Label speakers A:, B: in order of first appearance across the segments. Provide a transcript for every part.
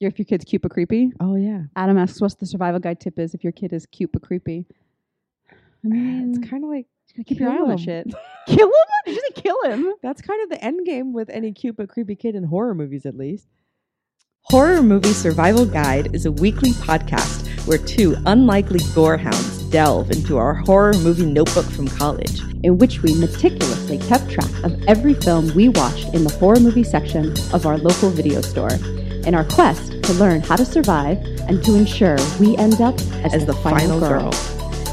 A: Your- If your kid's cute but creepy,
B: Oh yeah.
A: Adam asks what's the survival guide tip is if your kid is cute but creepy. I mean,
B: it's kind of like
A: gotta keep your eye
B: kill
A: on that
B: him.
A: shit. kill him? Did you say kill him?
B: that's kind of the end game with any cute but creepy kid in horror movies, at least. Horror Movie Survival Guide is a weekly podcast where two unlikely gorehounds delve into our horror movie notebook from college.
C: in which we meticulously kept track of every film we watched in the horror movie section of our local video store in our quest to learn how to survive and to ensure we end up as, the, final, girl.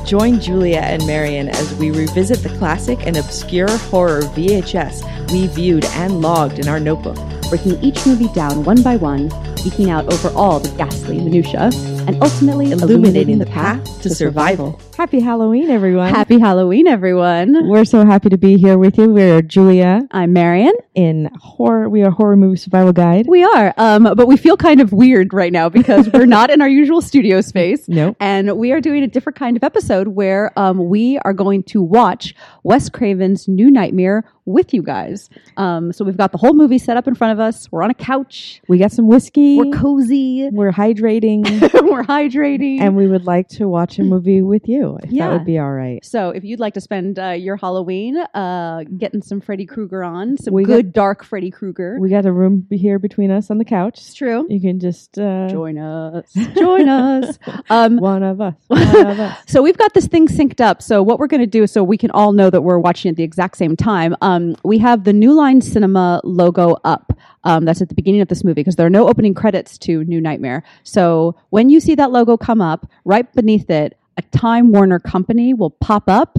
B: Join Julia and Marion as we revisit the classic and obscure horror VHS we viewed and logged in our notebook.
C: breaking each movie down one by one, eking out over all the ghastly minutia, and ultimately illuminating, the path to survival.
B: Happy Halloween, everyone.
C: Happy Halloween, everyone!
B: We're so happy to be here with you. We're Julia
C: I'm Marion.
B: in horror. We are Horror Movie Survival Guide.
A: We are, um, but we feel kind of weird right now because we're not in our usual studio space.
B: Nope.
A: And we are doing a different kind of episode where um, we are going to watch Wes Craven's New Nightmare with you guys. Um, so we've got the whole movie set up in front of us. We're on a couch.
B: We got some whiskey.
A: We're cozy.
B: We're hydrating,
A: we're hydrating.
B: and we would like to watch a movie with you. If
A: Yeah.
B: that would be all right.
A: so, if you'd like to spend uh, your Halloween uh, getting some Freddy Krueger on, some
B: We got-
A: good dark Freddy Krueger,
B: We got a room be- here between us on the
A: it's
B: couch.
A: true.
B: You can just uh,
A: Join us. Join us. Um,
B: one of us. One of us.
A: So we've got this thing synced up. So what we're going to do, so we can all know that we're watching at the exact same time. Um, we have the New Line Cinema logo up. Um, that's at the beginning of this movie because there are no opening credits to New Nightmare. So when you see that logo come up, right beneath it, a Time Warner company will pop up.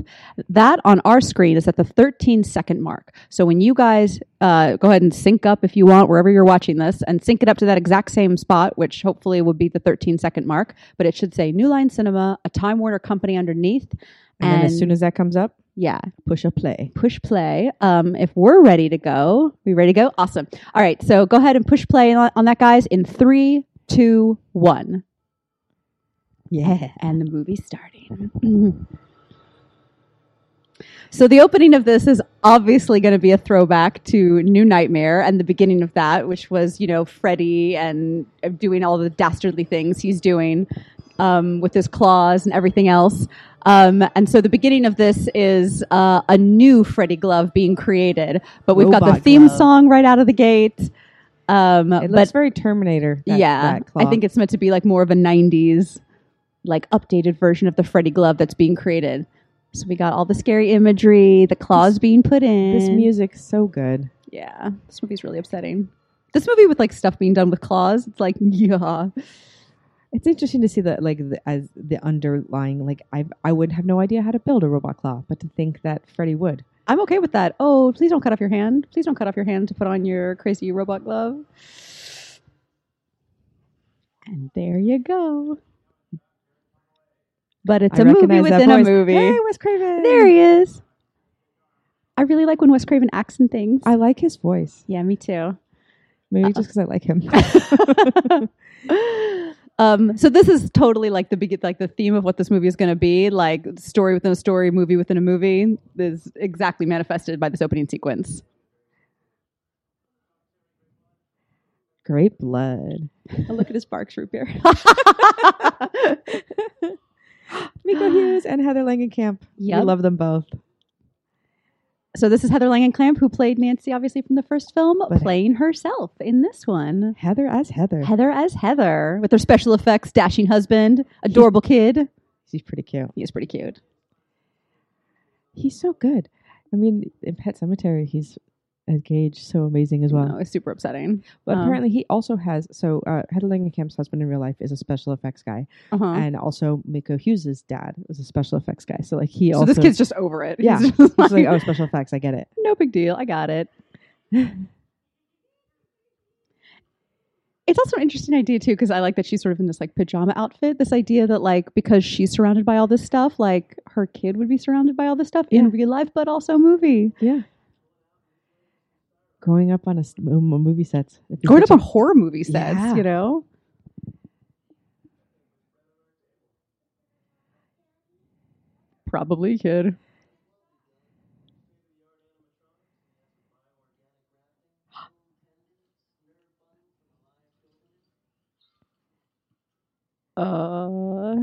A: That on our screen is at the 13 second mark. So when you guys uh, go ahead and sync up if you want, wherever you're watching this, and sync it up to that exact same spot, which hopefully will be the 13 second mark. But it should say New Line Cinema, a Time Warner company underneath.
B: And, then as soon as that comes up,
A: yeah,
B: push a play.
A: push play. Um, if we're ready to go, we ready to go? Awesome. All right, so go ahead and push play on, on that, guys, in three, two, one.
B: Yeah.
A: And the movie's starting. so the opening of this is obviously going to be a throwback to New Nightmare and the beginning of that, which was, you know, Freddy and uh, doing all the dastardly things he's doing um, with his claws and everything else. Um, and so the beginning of this is uh, a new Freddy glove being created, but we've got the
B: Robot
A: theme
B: glove.
A: song right out of the gate. Um, but
B: It looks very Terminator. that-
A: yeah,
B: that
A: I think it's meant to be like more of a '90s, like updated version of the Freddy glove that's being created. So we got all the scary imagery, the claws being put in.
B: this music's so good.
A: yeah, this movie's really upsetting. This movie with like stuff being done with claws, it's like yeah,
B: It's interesting to see that, like, the, as the underlying, like, I I would have no idea how to build a robot claw, but to think that Freddy would.
A: I'm okay with that. Oh, please don't cut off your hand. Please don't cut off your hand to put on your crazy robot glove. And there you go. But it's
B: I
A: a movie
B: recognize that
A: within a
B: voice.
A: movie.
B: Hey, Wes Craven.
A: There he is. I really like when Wes Craven acts in things.
B: I like his voice.
A: yeah, me too.
B: Maybe just because I like him.
A: um, so this is totally like the begin, like the theme of what this movie is going to be, like story within a story, movie within a movie, is exactly manifested by this opening sequence.
B: Great blood.
A: And look at his bark root beer.
B: Miko Hughes and Heather Langenkamp. Yeah,
A: Yep.
B: We love them both.
A: so this is Heather Langenkamp, who played Nancy, obviously from the first film,
B: But-
A: playing herself in this one.
B: Heather as Heather.
A: Heather as Heather, with her special effects, dashing husband, adorable kid.
B: She's pretty cute.
A: He is pretty cute.
B: He's so good. I mean, in Pet Cemetery, he's as Gage so amazing as well.
A: No, it's super upsetting.
B: but
A: um,
B: apparently, he also has. So uh, Heather Langenkamp's husband in real life is a special effects guy,
A: Uh-huh.
B: and also Miko Hughes' dad was a special effects guy. So like he
A: So
B: also.
A: this kid's just over it.
B: yeah,
A: He's
B: he's
A: just
B: like,
A: like,
B: oh, special effects, I get it.
A: no big deal. I got it. It's also an interesting idea too, because I like that she's sort of in this like pajama outfit. This idea that like because she's surrounded by all this stuff, like her kid would be surrounded by all this stuff in
B: Yeah.
A: real life, but also movie.
B: Yeah. Growing up on a, s- m- m- movie sets. it'd be
A: Growing
B: such
A: up on horror movie sets,
B: Yeah.
A: you know. Probably kid. Uh,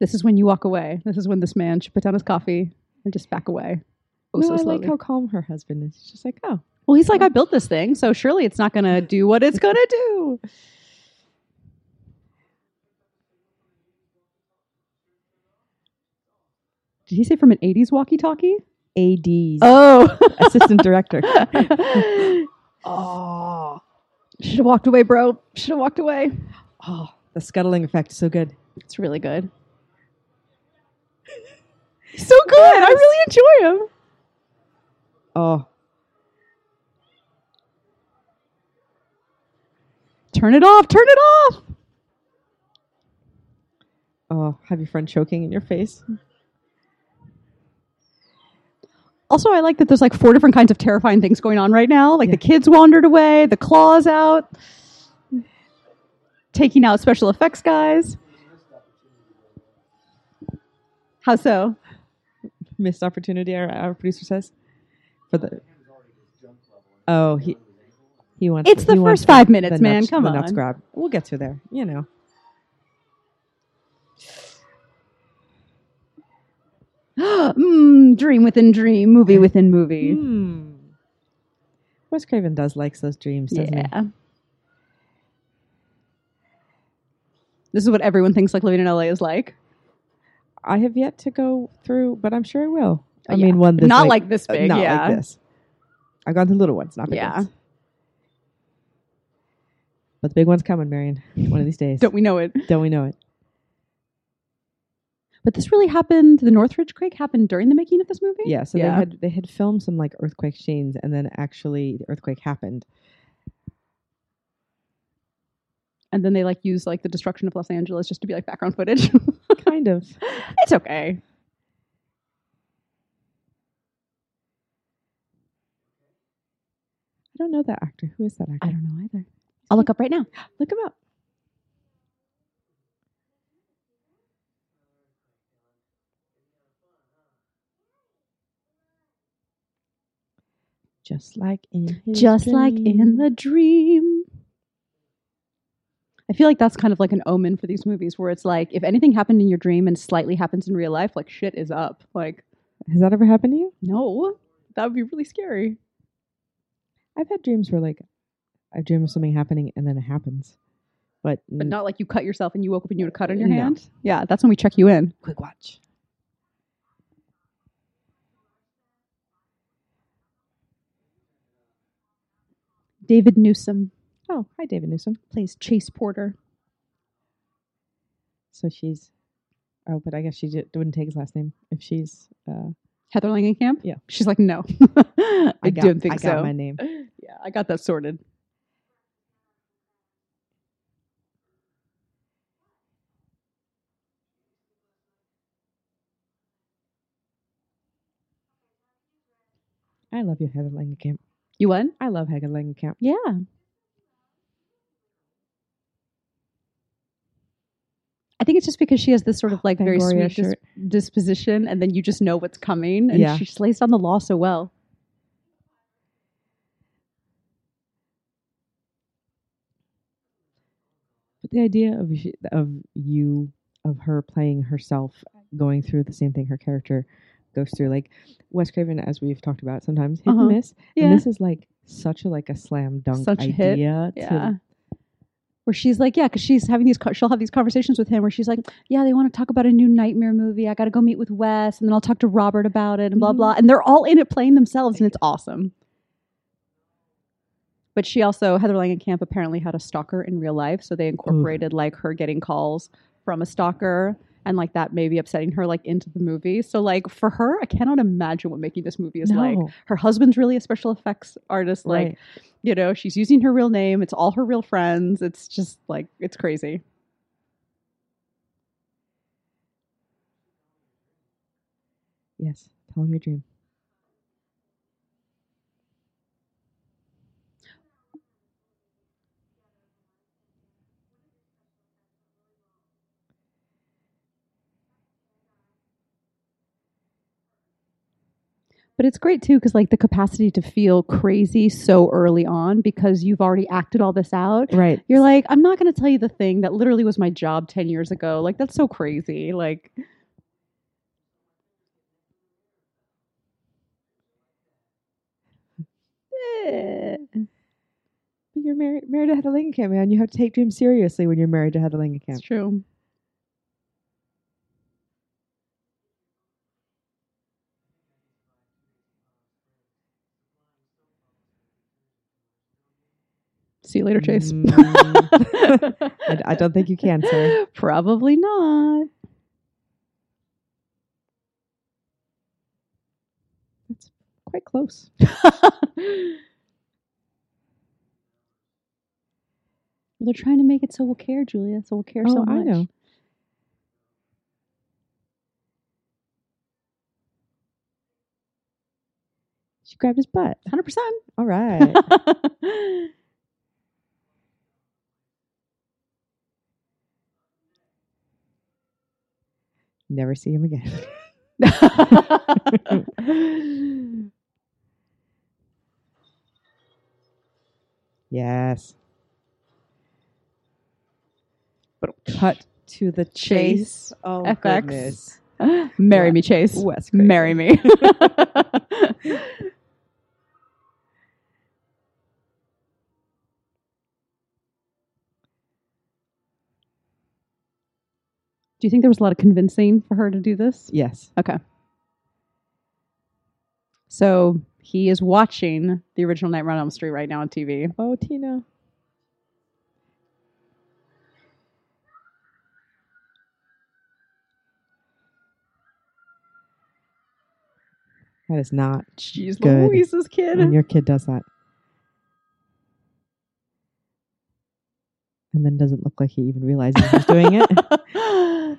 A: this is when you walk away. This is when this man should put down his coffee and just back away. Oh,
B: no,
A: so
B: I
A: slowly.
B: like how calm her husband is. She's just like, oh,
A: well, he's like, I built this thing, so surely it's not going to do what it's going to do. Did he say from an 80s walkie talkie?
B: AD's
A: Oh.
B: assistant director.
A: oh. Should have walked away, bro. Should have walked away.
B: Oh, the scuttling effect is so good.
A: It's really good. so good. I really enjoy him.
B: Oh,
A: Turn it off. Turn it off.
B: oh, have your friend choking in your face.
A: Also, I like that there's like four different kinds of terrifying things going on right now. Like
B: Yeah.
A: the kids wandered away, the claws out, taking out special effects guys. How so?
B: Missed opportunity, our, our producer says. For the oh, he he wants.
A: It's the
B: he wants
A: first five minutes,
B: the
A: man.
B: nuts-
A: Come
B: the
A: on.
B: nuts grab. We'll get to there. You know.
A: mm, dream within dream, movie within movie.
B: Hmm. Wes Craven does likes those dreams, doesn't he?
A: Yeah. This is what everyone thinks like living in LA is like.
B: I have yet to go through, but I'm sure I will. I
A: Yeah.
B: mean, one this
A: not
B: big-
A: like this
B: uh,
A: big,
B: not
A: yeah.
B: like this. I've gone through little ones, not big
A: Yeah.
B: ones. But the big one's coming, Marion. One of these days.
A: Don't we know it?
B: Don't we know it?
A: But this really happened. The Northridge quake happened during the making of this movie.
B: Yeah. So
A: Yeah.
B: they had they had filmed some like earthquake scenes, and then actually the earthquake happened.
A: and then they like use like the destruction of Los Angeles just to be like background footage.
B: Kind of.
A: it's okay.
B: I don't know that actor. Who is that actor?
A: I don't know either. I'll look up right now.
B: Look him up. Just like in his
A: Just like in
B: dream.
A: the dream. I feel like that's kind of like an omen for these movies where it's like if anything happened in your dream and slightly happens in real life, like shit is up. Like,
B: Has that ever happened to you?
A: no. That would be really scary.
B: I've had dreams where like I dream of something happening and then it happens, but,
A: But
B: n-
A: not like you cut yourself and you woke up and you had a cut on your
B: No.
A: hand. Yeah, that's when we check you in.
B: quick watch.
A: David Newsom
B: Oh, hi, David Newsom.
A: plays Chase Porter.
B: So she's. Oh, but I guess she j- wouldn't take his last name if she's. Uh,
A: Heather Langenkamp?
B: Yeah.
A: She's like, no. I,
B: I got,
A: don't think
B: I
A: so.
B: got my name.
A: Yeah, I got that sorted.
B: I love you, Heather Langenkamp.
A: You won?
B: I love Heather Langenkamp.
A: Yeah. I think it's just because she has this sort of like very
B: Fangoria
A: sweet dis- disposition, and then you just know what's coming, and
B: Yeah.
A: she just lays down the law so well.
B: But the idea of she- of you of her playing herself, going through the same thing her character goes through, like Wes Craven, as we've talked about, sometimes hit
A: Uh-huh.
B: and miss.
A: Yeah,
B: And this is like such a like a slam dunk
A: Such a hit.
B: idea. to-
A: yeah. Where she's like, yeah, because she's having these, co- she'll have these conversations with him where she's like, yeah, they want to talk about a new nightmare movie. I got to go meet with Wes, and then I'll talk to Robert about it, and blah
B: Mhm.
A: blah. And they're all in it playing themselves, and it's awesome. But she also Heather Langenkamp apparently had a stalker in real life, so they incorporated like her getting calls from a stalker and like that maybe upsetting her like into the movie. So like for her, I cannot imagine what making this movie is like.
B: No.
A: Her husband's really a special effects artist, like
B: Right.
A: you know, she's using her real name. It's all her real friends. It's just like, it's crazy.
B: yes, tell him your dream.
A: But it's great too because like the capacity to feel crazy so early on because you've already acted all this out.
B: Right.
A: You're like, I'm not going to tell you the thing that literally was my job 10 years ago. Like that's so crazy. Like Eh.
B: But you're married, married to Hedda Lingenkamp, man. You have to take dreams seriously when you're married to Hedda
A: it's
B: Lingenkamp.
A: true. See you later, Chase.
B: Mm. I, I don't think you can, sir.
A: Probably not.
B: Quite close.
A: They're trying to make it so we'll care, Julia. So we'll care so
B: Oh, I
A: much.
B: know. She grabbed his butt.
A: Hundred percent.
B: All right. Never see him again. Yes. But cut to the chase.
A: Chase.
B: Oh
A: FX.
B: goodness.
A: Marry me, Chase.
B: Ooh, that's crazy.
A: Marry me. Do you think there was a lot of convincing for her to do this?
B: Yes.
A: Okay. So he is watching the original Night on Elm Street right now on TV.
B: Oh, Tina. That is not.
A: Jeez,
B: Good.
A: Louise's "Oh, kid.
B: When your kid does that. And then doesn't look like he even realizes he's doing it.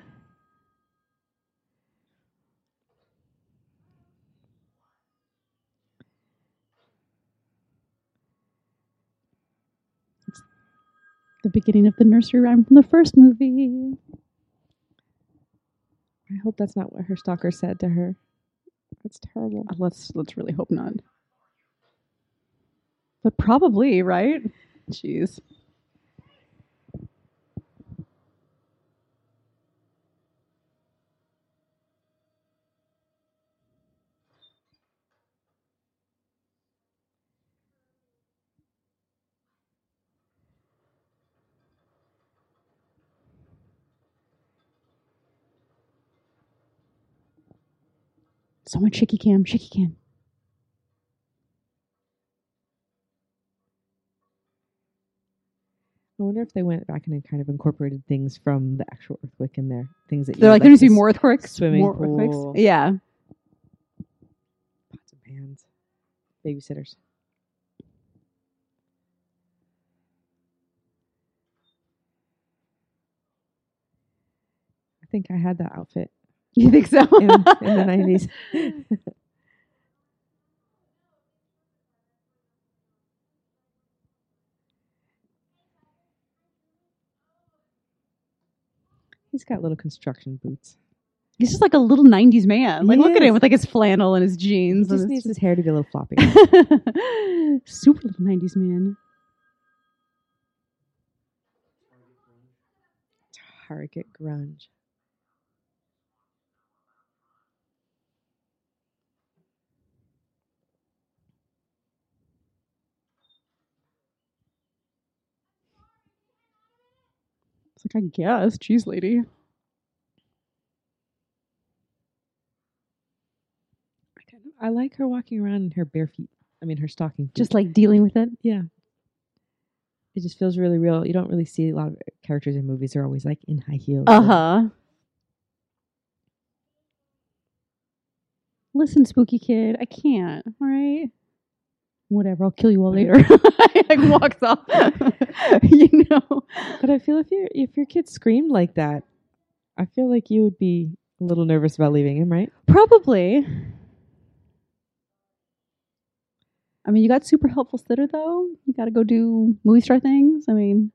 A: the beginning of the nursery rhyme from the first movie.
B: I hope that's not what her stalker said to her. That's terrible.
A: Let's let's really hope not. But probably, right? Jeez. Someone shaky cam, shaky cam.
B: I wonder if they went back and kind of incorporated things from the actual earthquake in there. Things that you
A: They're
B: would
A: like, there needs to be
B: this-
A: more earthquakes.
B: swimming
A: more
B: pool.
A: earthquakes. Yeah.
B: pots and pans, babysitters. I think I had that outfit
A: You think so?
B: in, in the nineties. He's got little construction boots.
A: He's just like a little '90s man. Like,
B: He
A: look at
B: is.
A: him with like his flannel and his
B: He
A: jeans.
B: just
A: and
B: needs his hair to be a little floppy.
A: his... Super little '90s man.
B: Target grunge.
A: It's like, I guess, jeez, lady.
B: I kind of- I like her walking around in her bare feet. I mean, her stocking feet.
A: Just like dealing with it.
B: yeah, it just feels really real. You don't really see a lot of uh, characters in movies are always like in high heels. or-
A: Uh huh. Listen, spooky kid, I can't. All right. Whatever, I'll kill you all later. like walks off. you know.
B: But I feel if your if your kid screamed like that, I feel like you would be a little nervous about leaving him, right?
A: Probably. I mean, you got super helpful sitter though. You got to go do movie star things. I mean,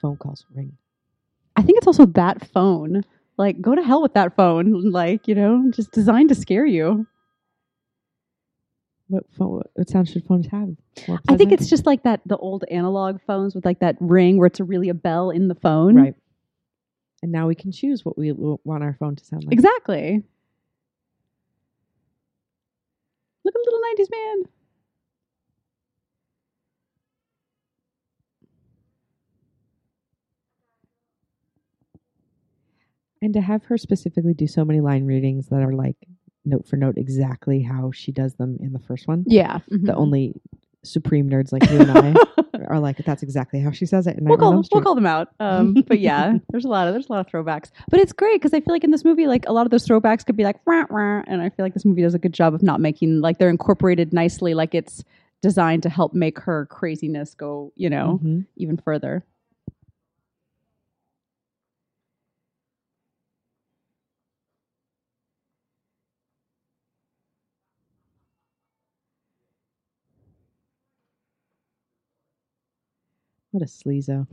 B: phone calls ring.
A: I think it's also that phone. Like, go to hell with that phone. Like, you know, just designed to scare you.
B: What phone? What sound should phones have? More
A: I think
B: pleasant?
A: it's just like that the old analog phones with like that ring where it's really a bell in the phone.
B: right. And now we can choose what we w- want our phone to sound like.
A: Exactly. Look at little 90s man.
B: And to have her specifically do so many line readings that are like note for note exactly how she does them in the first one.
A: Yeah.
B: The only supreme nerds like you and I are like, that's exactly how she says it. And
A: we'll
B: I
A: call them, we'll call them out. Um, but yeah, there's a lot of there's a lot of throwbacks. But it's great because I feel like in this movie, like a lot of those throwbacks could be like, rah, rah, and I feel like this movie does a good job of not making like they're incorporated nicely, like it's designed to help make her craziness go, you know,
B: Mm-hmm.
A: even further.
B: What a sleazo.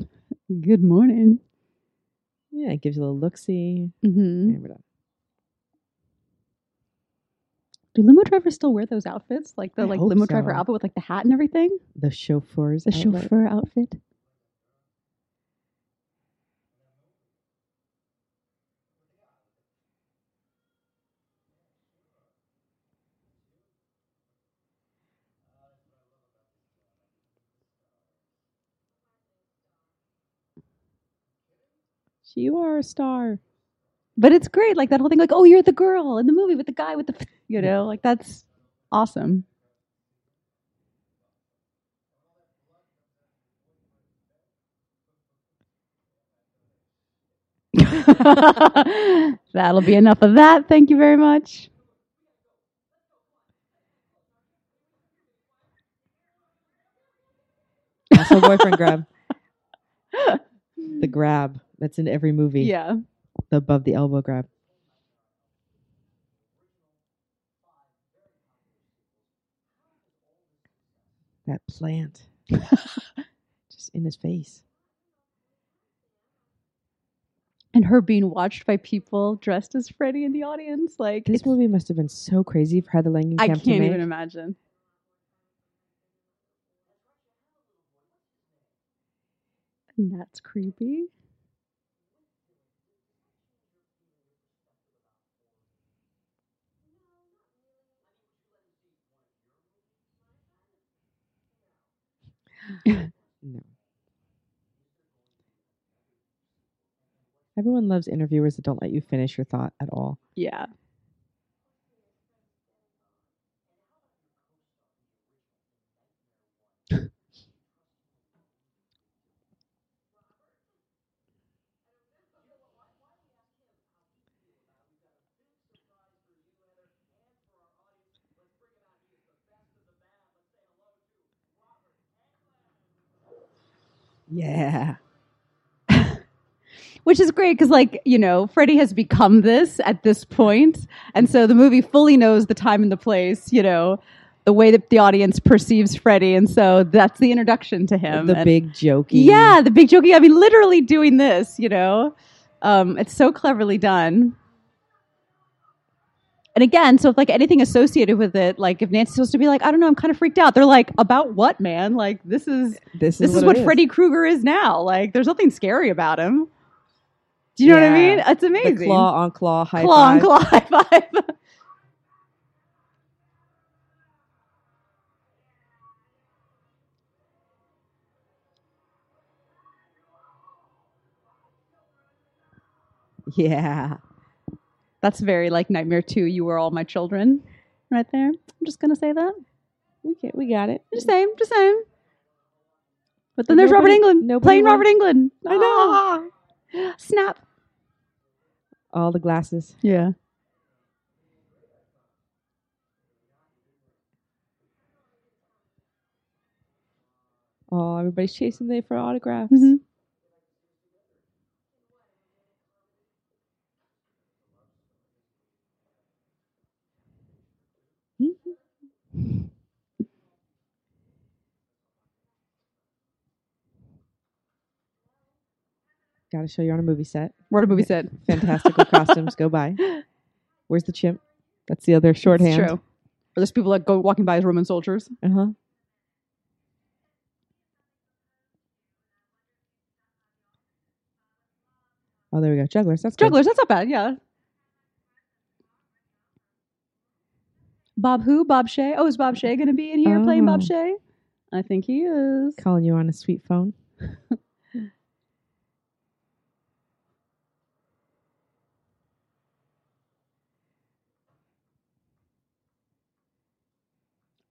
A: Good morning.
B: Yeah, it gives you a little look see.
A: Mm-hmm. Do limo drivers still wear those outfits, like the
B: I
A: like
B: hope
A: limo driver
B: so.
A: outfit with like the hat and everything?
B: The chauffeur's
A: The
B: outlet.
A: chauffeur outfit.
B: You are a star.
A: But it's great, like that whole thing, like, oh, you're the girl in the movie with the guy with the, f-" you
B: Yeah.
A: know, like that's awesome. That'll be enough of that. Thank you very much.
B: That's a boyfriend grab. The grab. That's in every movie.
A: Yeah.
B: The above the elbow grab. That plant. Just in his face.
A: And her being watched by people dressed as Freddy in the audience, like,
B: This
A: it's-
B: movie must have been so crazy for Heather Langenkamp
A: I
B: to
A: can't
B: make.
A: even imagine. And that's creepy.
B: No. Everyone loves interviewers that don't let you finish your thought at all.
A: Yeah.
B: Yeah.
A: Which is great because, like, you know, Freddy has become this at this point, And so the movie fully knows the time and the place, you know, the way that the audience perceives Freddy. And so that's the introduction to him.
B: the
A: And-
B: big jokey.
A: Yeah, the big jokey. I mean, literally doing this, you know. Um, it's so cleverly done. And again, so if like anything associated with it, like if Nancy's supposed to be like, I don't know, I'm kind of freaked out. They're like, about what, man? Like this is
B: This is
A: this is
B: what,
A: what
B: it is.
A: Freddy Krueger is now. Like there's nothing scary about him. Do you know what I
B: Yeah.
A: mean? It's amazing.
B: The claw on claw high
A: claw on
B: five.
A: claw high five.
B: Yeah.
A: That's very like Nightmare Two. You were all my children, right there. I'm just gonna say that.
B: We get, we got it.
A: I'm just saying. I'm just saying. But then there's Robert
B: Nobody-
A: England
B: nobody
A: playing
B: won.
A: Robert England. I know.
B: Ah.
A: Snap.
B: All the glasses.
A: Yeah.
B: Oh, everybody's chasing them for autographs.
A: Mhm.
B: Got to show you're on a movie set.
A: We're at a movie set.
B: Fantastical costumes go by. Where's the chimp? That's the other
A: It's
B: shorthand.
A: true. Or there's people that go walking by as Roman soldiers.
B: Uh huh. Oh, there we go. Jugglers. That's good.
A: Jugglers, that's not bad. Yeah. Bob who? Bob Shay. Oh, is Bob Shay going to be in here playing Bob
B: Oh.
A: Shay? I think he is.
B: Calling you on a sweet phone.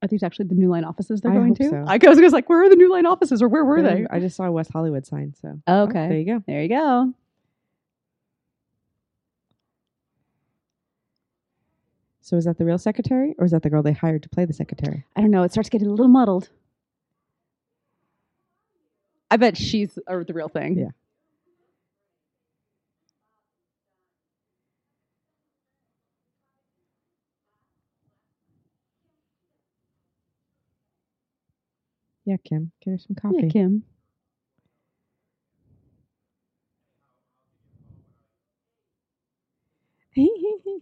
A: I think it's actually the New Line offices they're
B: I
A: going
B: hope
A: to.
B: so.
A: I was just like, where are the New Line offices or where were
B: There-
A: they?
B: I just saw a West Hollywood sign. So
A: Oh,
B: Oh,
A: okay.
B: there you go.
A: There you go.
B: So is that the real secretary, or is that the girl they hired to play the secretary?
A: I don't know. It starts getting a little muddled. I bet she's uh, the real thing.
B: Yeah. Yeah, Kim. Get her some coffee.
A: Yeah, Kim.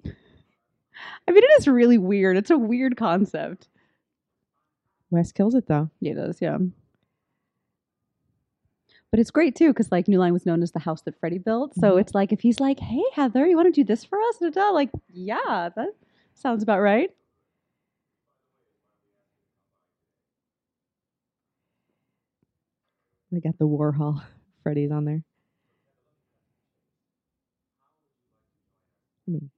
A: I mean, it is really weird. It's a weird concept.
B: Wes kills it though.
A: Yeah, it does. Yeah. But it's great too, because like New Line was known as the house that Freddie built. So
B: Mhm.
A: it's like if he's like, "Hey Heather, you want to do this for us?" Da, da, like, yeah, that sounds about right.
B: They got the Warhol Freddy's on there. I mean,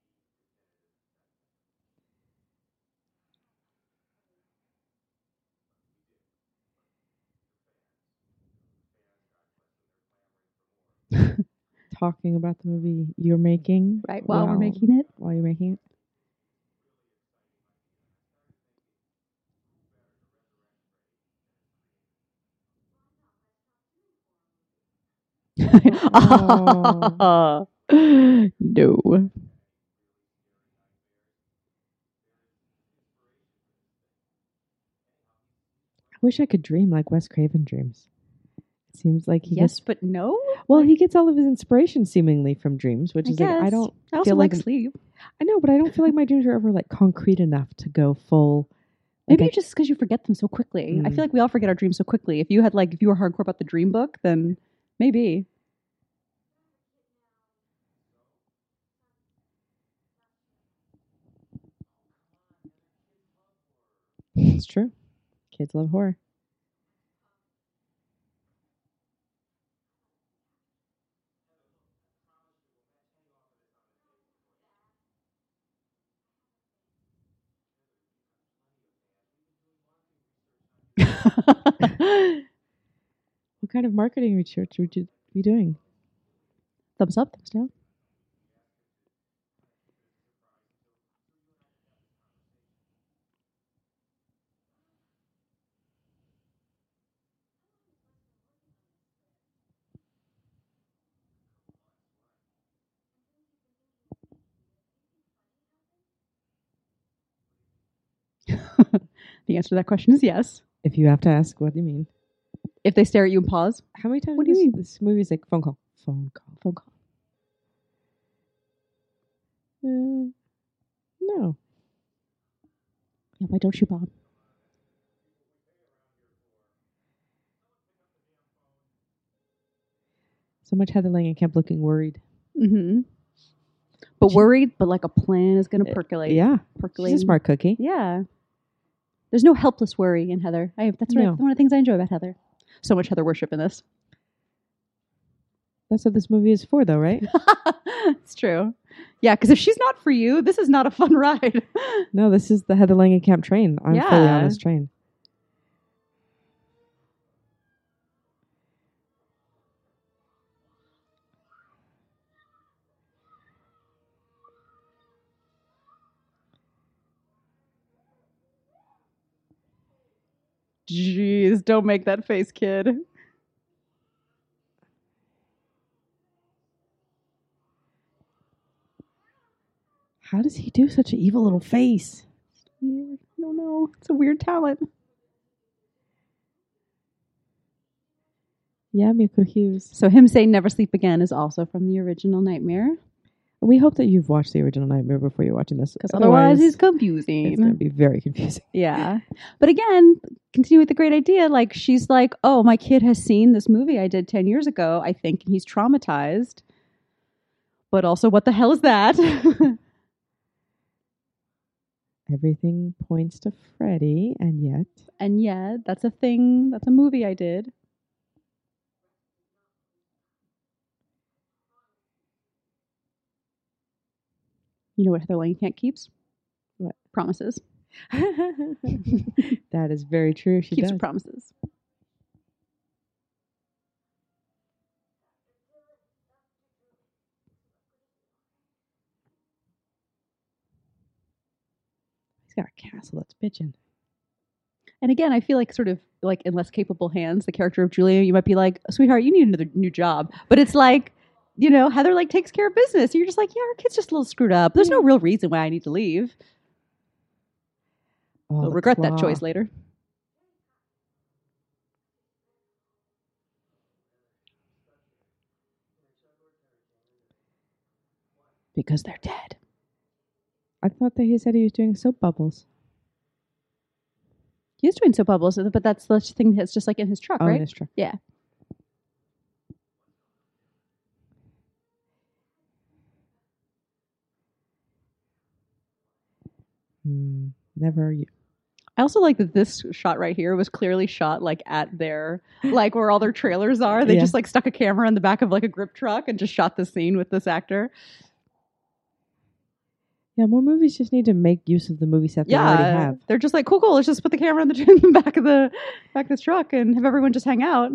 B: talking about the movie you're making,
A: Right. While we're
B: Wow.
A: making it,
B: while you're making it. Oh.
A: no.
B: I wish I could dream like Wes Craven dreams. It seems like he
A: Yes,
B: gets
A: but no.
B: well, he gets all of his inspiration seemingly from dreams, which
A: I
B: is like I
A: guess.
B: don't
A: I also
B: feel
A: like
B: like
A: sleep.
B: I know, but I don't feel like my dreams are ever like concrete enough to go full.
A: Maybe
B: like, I-
A: just because you forget them so quickly. I
B: Mm.
A: feel like we all forget our dreams so quickly. If you had like, if you were hardcore about the dream book, then maybe.
B: it's true. Kids love horror. What kind of marketing research would you be doing?
A: thumbs up, thumbs down. the answer to that question is yes.
B: If you have to ask, what do you mean?
A: If they stare at you and pause,
B: How many times?
A: What do you
B: this-
A: mean?
B: This movie's like phone call, phone call, phone call. Uh, no,
A: yeah, why don't you, Bob?
B: so much Heather Langen kept looking worried.
A: Mm-hmm. But
B: She-
A: worried, but like a plan is going to percolate.
B: Eh, yeah,
A: percolate.
B: she's a smart cookie.
A: Yeah. There's no helpless worry in Heather. I, that's
B: No.
A: right. one of the things I enjoy about Heather. So much Heather worship in this.
B: That's what this movie is for, though, right?
A: it's true. Yeah, because if she's not for you, this is not a fun ride.
B: no, this is the Heather Langen camp train. I'm fully
A: Yeah.
B: on this train.
A: Jeez, don't make that face, kid.
B: How does he do such an evil little face?
A: Weird. I don't know. It's a weird talent.
B: Yeah, Miko Hughes.
A: So him saying never sleep again is also from the original Nightmare.
B: We hope that you've watched the original Nightmare before you're watching this.
A: Because otherwise, it's
B: it's going to
A: confusing.
B: be very confusing.
A: Yeah. But again, continue with the great idea. Like she's like, oh, my kid has seen this movie I did 10 years ago, I think, and he's traumatized. But also, what the hell is that?
B: Everything points to Freddy, and yet
A: and yeah, that's a thing. That's a movie I did. You know what Heather Langenkamp keeps?
B: What?
A: Promises.
B: that is very true. She
A: keeps her
B: does.
A: promises.
B: He's got a castle that's bitching.
A: And again, I feel like sort of like in less capable hands, the character of Julia, you might be like, sweetheart, you need another new job. But it's like, you know, Heather like takes care of business. You're just like, yeah, our kid's just a little screwed up. There's no real reason why I need to leave.
B: Oh,
A: I'll
B: the
A: regret
B: claw.
A: that choice later. Because they're dead.
B: I thought that he said he was doing soap bubbles.
A: He is doing soap bubbles, but that's the thing that's just like in his truck,
B: Oh,
A: right?
B: that's true.
A: Yeah.
B: Hmm, never. You.
A: I also like that this shot right here was clearly shot like at their like where all their trailers are. They
B: Yeah.
A: just like stuck a camera in the back of like a grip truck and just shot the scene with this actor.
B: Yeah, more movies just need to make use of the movie set they already
A: yeah,
B: have.
A: they're just like cool, cool. Let's just put the camera in the, in the back of the back of this truck and have everyone just hang out.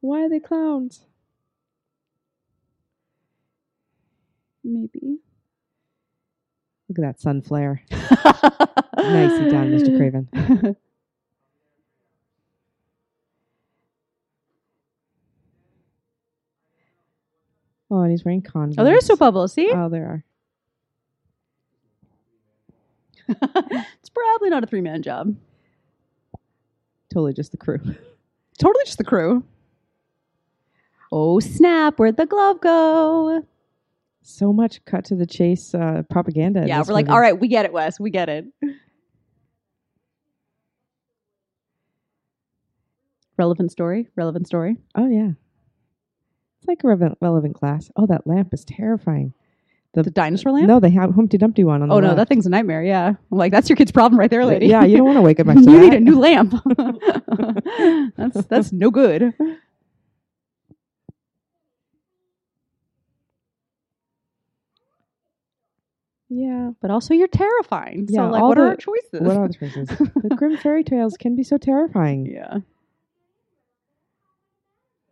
B: Why are they clowns?
A: Maybe.
B: Look at that sun flare.
A: Nicely
B: Nicely done, Mr. Craven. Oh, and he's wearing condoms.
A: Oh, there is soap bubbles. See,
B: Oh, there are.
A: it's probably not a three man job.
B: Totally just the crew.
A: Totally just the crew. Oh snap! Where'd the glove go?
B: So much cut to the chase uh, propaganda. in
A: yeah,
B: this
A: we're like,
B: movie.
A: all right, we get it, Wes. We get it. Relevant story. Relevant story.
B: Oh yeah. It's like a relevant, relevant class. Oh, that lamp is terrifying.
A: The dinosaur lamp.
B: No, they have Humpty Dumpty one on the
A: oh no,
B: left.
A: that thing's a nightmare. Yeah, I'm like that's your kid's problem right there, lady.
B: Yeah, you don't want to wake up next to
A: you
B: that.
A: need a new lamp. that's that's no good.
B: yeah.
A: But also, you're terrifying.
B: Yeah,
A: so like,
B: all
A: what
B: the-
A: are our choices?
B: What are the choices? the grim fairy tales can be so terrifying.
A: yeah.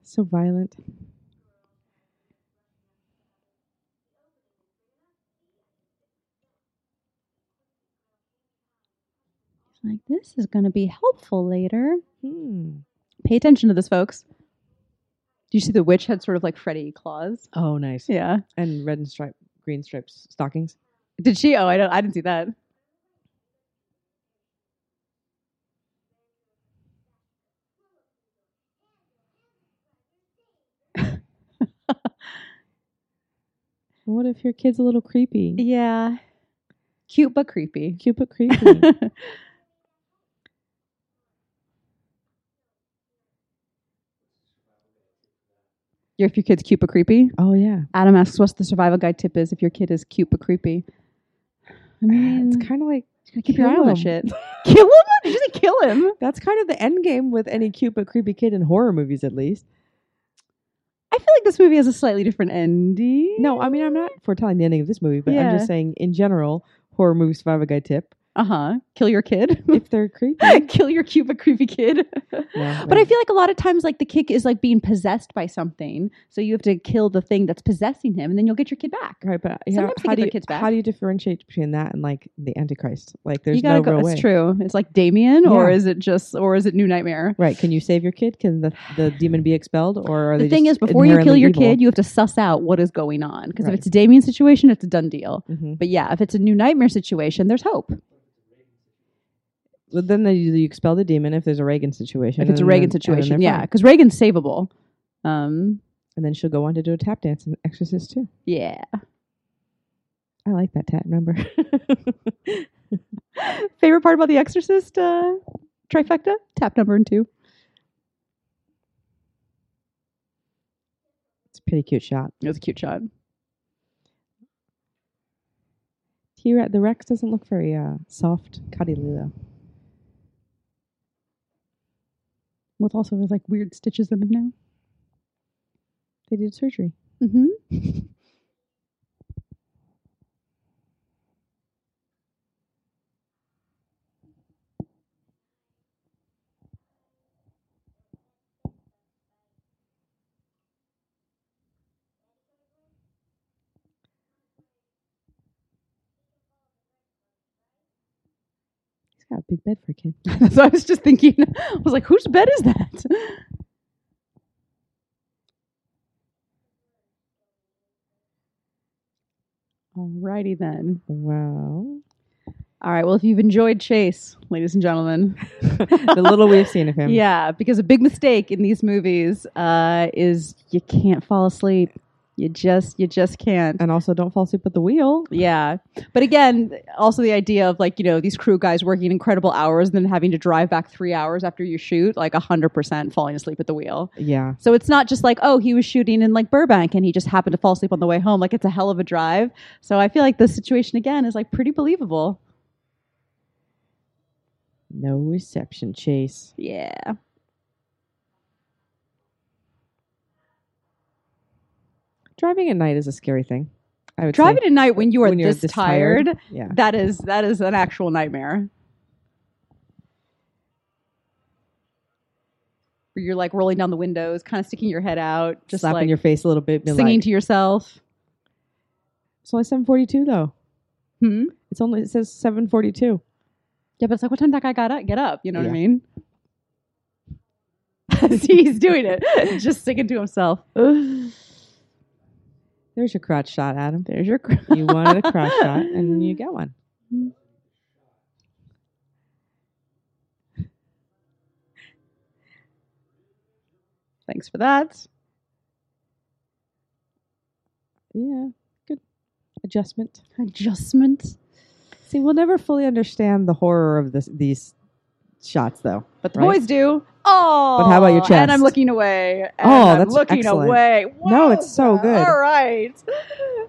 B: So violent.
A: Like this is going to be helpful later.
B: Hmm.
A: Pay attention to this, folks. Do you see the witch had sort of like Freddy claws?
B: Oh, nice.
A: Yeah.
B: And red and stripe, green stripes stockings.
A: Did she? Oh, I don't. I didn't see that.
B: What if your kid's a little creepy?
A: Yeah. Cute but creepy.
B: Cute but creepy.
A: Your- if your kid's cute but creepy.
B: oh yeah.
A: Adam asks what's the survival guide tip is if your kid is cute but creepy. I mean,
B: it's kind of like
A: keep your eye on
B: kill
A: that
B: 'em.
A: shit. kill him? Did you say kill him?
B: that's kind of the end game with any cute but creepy kid in horror movies, at least.
A: I feel like this movie has a slightly different ending.
B: No, I mean I'm not foretelling the ending of this movie, but I'm
A: Yeah.
B: just saying in general, horror movie survival guide tip:
A: Uh huh. Kill your kid.
B: if they're creepy.
A: Kill your cute but creepy kid.
B: No,
A: But I feel like a lot of times, like the kick is like being possessed by something. So you have to kill the thing that's possessing him, and then you'll get your kid back.
B: right, but
A: sometimes
B: you
A: they
B: know, how
A: get
B: do
A: their
B: you
A: kids back.
B: how do you differentiate between that and like the Antichrist? Like, there's
A: you gotta
B: no
A: go.
B: real
A: It's
B: way.
A: true. It's like Damien, or
B: Yeah.
A: is it just, or is it New Nightmare?
B: Right? Can you save your kid? Can the, the demon be expelled? Or are
A: The
B: they
A: thing is,
B: just
A: before you kill
B: inherently
A: your
B: evil?
A: kid, you have to suss out what is going on. Because
B: Right.
A: if it's a Damien situation, it's a done deal.
B: Mhm.
A: But yeah, if it's a New Nightmare situation, there's hope.
B: Well, then they, you expel the demon if there's a Reagan situation.
A: if it's a
B: and
A: Reagan
B: then- and then
A: situation,
B: they're
A: yeah,
B: fine.
A: because Reagan's savable. Um,
B: And then she'll go on to do a tap dance in The Exorcist too.
A: yeah.
B: I like that tap number.
A: Favorite part about The Exorcist uh, trifecta? Tap number and two.
B: it's a pretty cute shot.
A: It was a cute shot.
B: T Rex the Rex doesn't look very uh, soft, cuddly though.
A: With also his like weird stitches in him now.
B: They did surgery.
A: Mm-hmm.
B: He's got a big bed for a kid.
A: That's what I was just thinking. I was like, whose bed is that? Alrighty then.
B: Wow.
A: All right. Well, if you've enjoyed Chase, ladies and gentlemen,
B: the little we've seen of him.
A: yeah, because a big mistake in these movies uh, is you can't fall asleep. You just, you just can't.
B: And also, don't fall asleep at the wheel.
A: Yeah. But again, also the idea of like, you know, these crew guys working incredible hours and then having to drive back three hours after you shoot, like 100% falling asleep at the wheel.
B: Yeah.
A: So it's not just like, oh, he was shooting in like Burbank and he just happened to fall asleep on the way home. Like it's a hell of a drive. So I feel like this situation again is like pretty believable.
B: No reception, Chase.
A: Yeah.
B: Driving at night is a scary thing. I would
A: Driving
B: say.
A: at night when you are
B: When you're
A: this,
B: this
A: tired,
B: tired. Yeah.
A: that is that is an actual nightmare. Where you're like rolling down the windows, kind of sticking your head out, just
B: Just slapping
A: like
B: your face a little bit. being
A: singing
B: like,
A: to yourself.
B: It's only 742 though.
A: Hmm?
B: It's only, it says 742.
A: Yeah, but it's like, what time that guy got up? Get up. You know what I
B: Yeah.
A: mean? See, he's doing it, just singing to himself.
B: There's your crotch shot, Adam.
A: There's your. cr-
B: You wanted a crotch shot and you got one.
A: Thanks for that.
B: Yeah. Good adjustment.
A: Adjustment.
B: See, we'll never fully understand the horror of this, these shots though.
A: But the
B: Right.
A: boys do. Oh,
B: But how about your
A: And I'm
B: chest?
A: looking away. and
B: Oh,
A: I'm
B: that's
A: looking
B: excellent.
A: away.
B: No,
A: Whoa,
B: it's so good.
A: All right.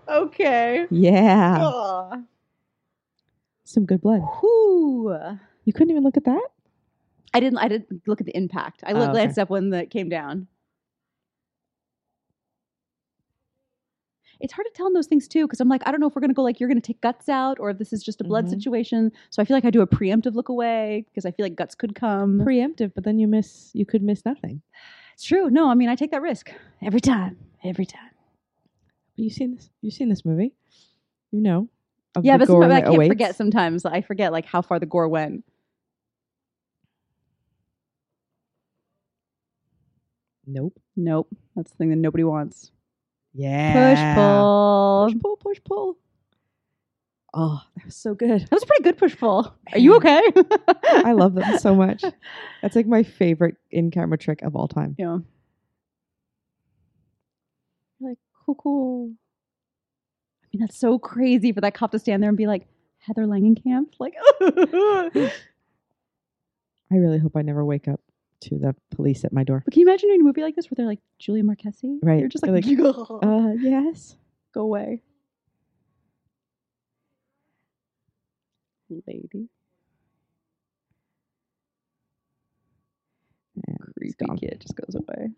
A: Okay.
B: Yeah.
A: Ugh.
B: Some good blood.
A: Whew.
B: You couldn't even look at that?
A: I didn't. I didn't look at the impact. I
B: Oh, okay.
A: glanced up when that came down. It's hard to tell in those things too, because I'm like, I don't know if we're gonna go like you're gonna take guts out, or if this is just a blood
B: Mhm.
A: situation. So I feel like I do a preemptive look away because I feel like guts could come.
B: Preemptive, but then you miss you could miss nothing.
A: it's true. No, I mean I take that risk every time. Every time.
B: But you've seen this you've seen this movie. You know. Of
A: yeah,
B: the
A: but sometimes
B: gore
A: I
B: that
A: can't
B: awaits.
A: forget. Sometimes I forget like how far the gore went.
B: Nope.
A: Nope, that's the thing that nobody wants.
B: Yeah.
A: Push pull.
B: Push pull, push pull. Oh, that was so good.
A: That was a pretty good push pull. Are you okay?
B: I love them so much. That's like my favorite in camera trick of all time.
A: Yeah. Like, cool, cool. I mean, that's so crazy for that cop to stand there and be like, Heather Langenkamp? Like, but can
B: I really hope I never wake up to the police at my door.
A: you imagine doing a movie like this where they're like, Julia Marquesi?
B: Right.
A: You're just
B: They're
A: like, "Oh."
B: Uh, yes.
A: go away. Lady.
B: Yeah,
A: Creepy
B: gone.
A: kid just goes away.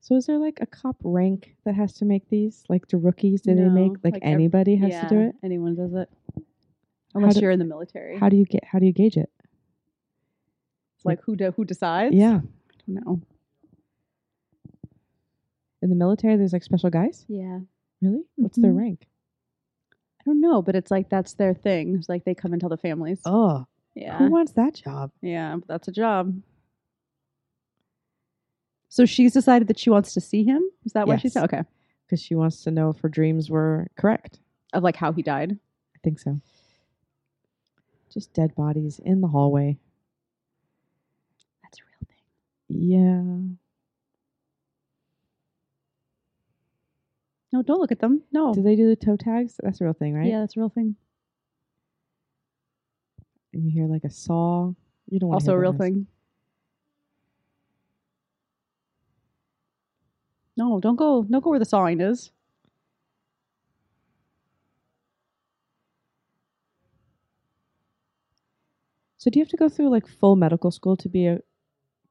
B: So is there like a cop rank that has to make these? Like the rookies, do they make
A: No,
B: like,
A: like ev-
B: anybody has
A: yeah,
B: to do it?
A: Anyone does it. Unless
B: do-
A: you're in the military.
B: How do you get? How do you gauge it?
A: like who de- who decides?
B: yeah,
A: No.
B: in the military, there's like special guys.
A: Yeah.
B: Really? What's their
A: Mhm.
B: rank?
A: I don't know, but it's like that's their thing. It's like they come and tell the families.
B: Oh,
A: yeah.
B: who wants that job?
A: Yeah, but that's a job. So she's decided that she wants to see him. Is that what she
B: Yes.
A: said? Okay.
B: Because she wants to know if her dreams were correct.
A: Of like how he died.
B: I think so. Just dead bodies in the hallway.
A: That's a real thing.
B: Yeah.
A: No, don't look at them. No.
B: Do they do the toe tags? That's a real thing, right?
A: Oh. Yeah, that's a real thing.
B: And you hear like a saw. You don't want
A: also a real thing. No, don't go. Don't go where the sawing is.
B: So do you have to go through like full medical school to be a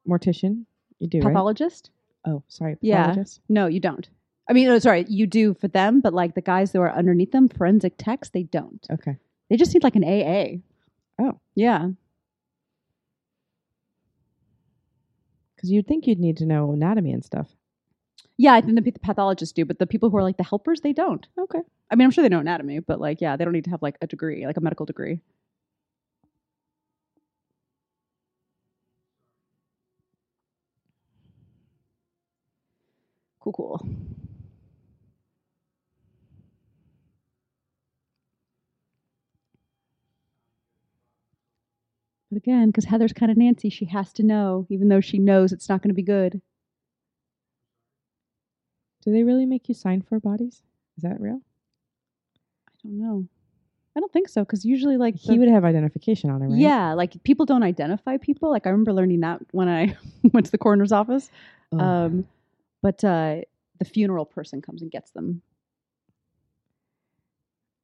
B: mortician? You do, right?
A: Pathologist?
B: Oh, sorry.
A: Yeah.
B: Pathologist?
A: No, you don't. I mean, no, sorry, you do for them, but like the guys that are underneath them, forensic techs, they don't.
B: Okay.
A: They just need like an AA.
B: Oh.
A: yeah.
B: Because you'd think you'd need to know anatomy and stuff.
A: Yeah, I think the, the pathologists do, but the people who are like the helpers, they don't.
B: Okay.
A: I mean, I'm sure they know anatomy, but like, yeah, they don't need to have like a degree, like a medical degree. Cool, cool. But again, because Heather's kind of Nancy, she has to know, even though she knows it's not going to be good.
B: Do they really make you sign for bodies? Is that real?
A: I don't know. I don't think so because usually, like
B: He would have identification on him, right?
A: yeah, like people don't identify people. Like I remember learning that when I went to the coroner's office.
B: Oh.
A: Um, but uh, the funeral person comes and gets them.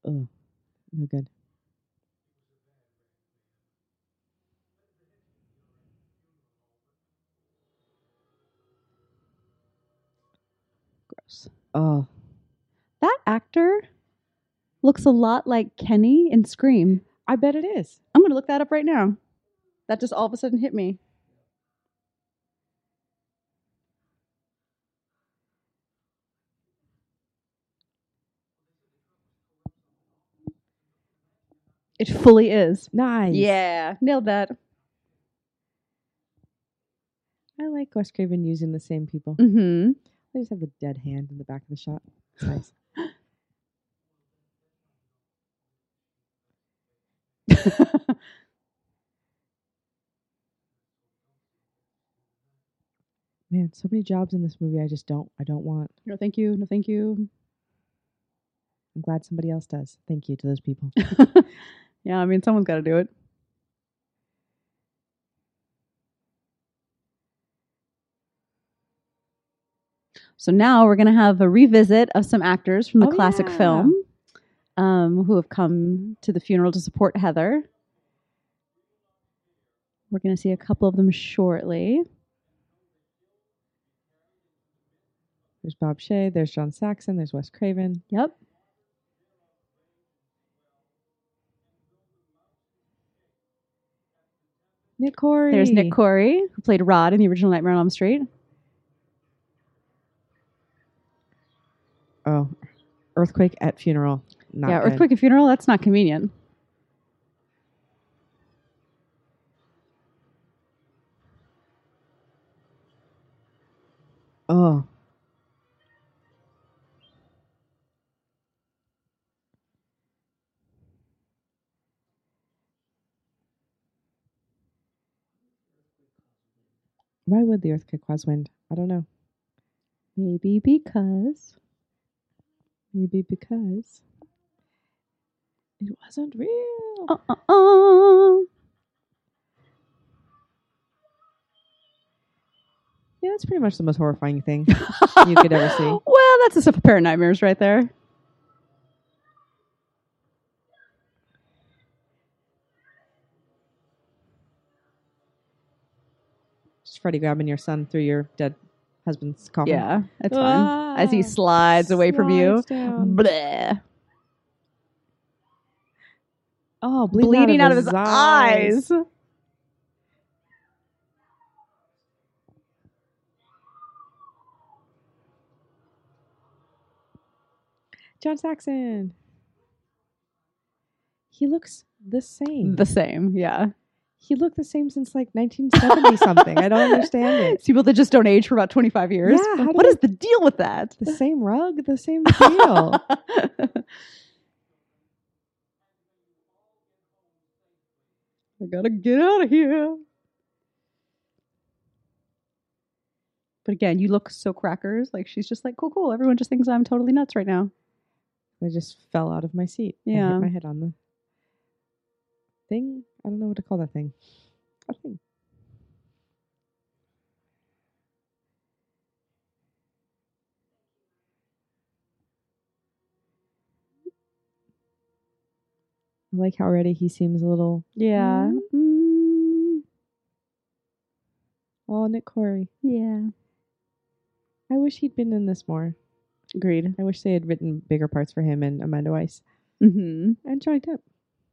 B: Ugh. No good.
A: Gross.
B: Oh,
A: That actor looks a lot like Kenny in Scream.
B: I bet it is.
A: I'm gonna look that up right now. That just all of a sudden hit me. It fully is.
B: Nice.
A: Yeah, nailed that.
B: I like Wes Craven using the same people.
A: Mm-hmm.
B: I just have the dead hand in the back of the shot. It's nice. Man, so many jobs in this movie I just don't I don't want.
A: no, thank you. No, thank you.
B: I'm glad somebody else does. Thank you to those people.
A: yeah, I mean, someone's got to do it. So now we're going to have a revisit of some actors from the
B: Oh,
A: classic
B: yeah.
A: film um, who have come to the funeral to support Heather. We're going to see a couple of them shortly.
B: There's Bob Shea, there's John Saxon, there's Wes Craven.
A: Yep.
B: Nick Corey.
A: There's Nick Corey, who played Rod in the original Nightmare on Elm Street.
B: Oh. Earthquake at funeral. Not
A: yeah,
B: good.
A: earthquake and funeral, that's not convenient.
B: Oh. Why would the earthquake cause wind? I don't know.
A: Maybe because.
B: Maybe because it wasn't real.
A: Uh, uh, uh.
B: Yeah, that's pretty much the most horrifying thing you could ever see.
A: Well, that's a simple pair of nightmares right there.
B: Just Freddy grabbing your son through your dead husband's coffin.
A: Yeah, Ah. it's
B: Uh,
A: fun. As he slides away from you. Bleh.
B: Oh,
A: Bleeding, out of his, eyes.
B: John Saxon. He looks the same.
A: The same, yeah.
B: he looked the same since like 1970 something. I don't understand it.
A: It's people that just don't age for about 25 years.
B: Yeah, how do
A: what
B: they-
A: is the deal with that?
B: The same rug, the same deal.
A: I gotta get out of here. But again, you look so crackers. Like she's just like, cool, cool. Everyone just thinks I'm totally nuts right now.
B: I just fell out of my seat. I hit
A: Yeah.
B: my head on the thing. I don't know what to call that thing. A thing. I like how already he seems a little. Mm-hmm.
A: Yeah.
B: Oh, Nick Corey.
A: Mm-hmm. yeah.
B: I wish he'd been in this more.
A: Agreed.
B: I wish they had written bigger parts for him and Amanda Weiss
A: Mm-hmm.
B: and Johnny Depp.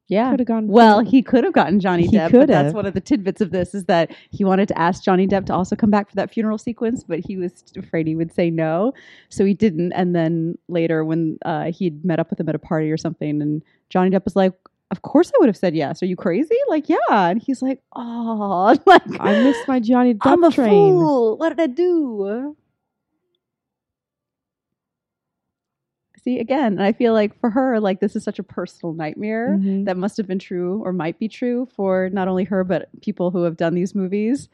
A: Yeah.
B: Could have gone.
A: Ah, Well, he could have gotten Johnny
B: He
A: Depp.
B: could
A: But that's
B: have.
A: one of the tidbits of this is that he wanted to ask Johnny Depp to also come back for that funeral sequence, but he was afraid he would say no, so he didn't. And then later, when uh, he'd met up with him at a party or something, and Johnny Depp was like, "Of course I would have said yes. Are you crazy? Like, yeah." And he's like, "Oh, like
B: I missed my Johnny Depp
A: I'm a
B: train.
A: fool. What did I do?" See again, and I feel like for her, like this is such a personal nightmare
B: Mhm.
A: that must have been true or might be true for not only her but people who have done these movies.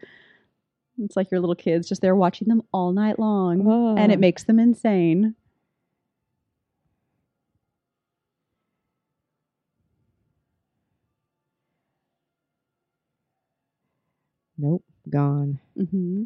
A: It's like your little kids just there watching them all night long,
B: Oh.
A: Um, and it makes them insane.
B: nope gone.
A: hmm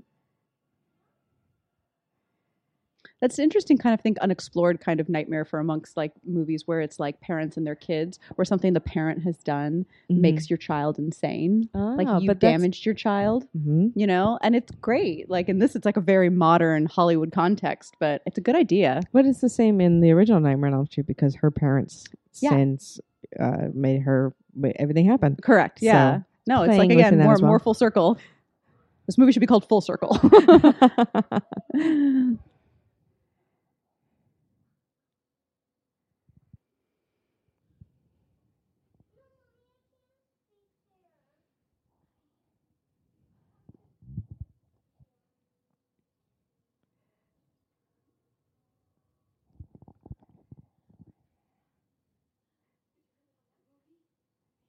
A: That's an interesting kind of think unexplored kind of nightmare for amongst like movies where it's like parents and their kids, where something the parent has done Mm-hmm.
B: Mm-hmm.
A: makes your child insane,
B: Ah,
A: like you damaged your child.
B: hmm
A: you know and it's great like in this it's like a very modern hollywood context but it's a good idea
B: But it's the same in the original Nightmare on Elm Street because her parents'
A: Yeah.
B: sins uh, made her made everything happen.
A: correct yeah
B: So,
A: no it's
B: playing
A: like
B: within
A: again
B: that
A: more
B: as well.
A: more full circle this movie should be called full circle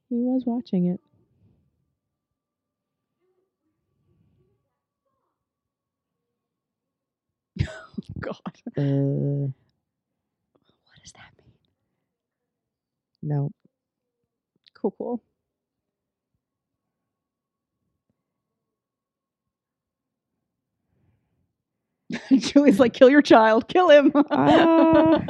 B: He was watching it.
A: god what
B: Uh,
A: does that mean
B: no,
A: cool cool Julie's like, kill your child, kill him.
B: Ah.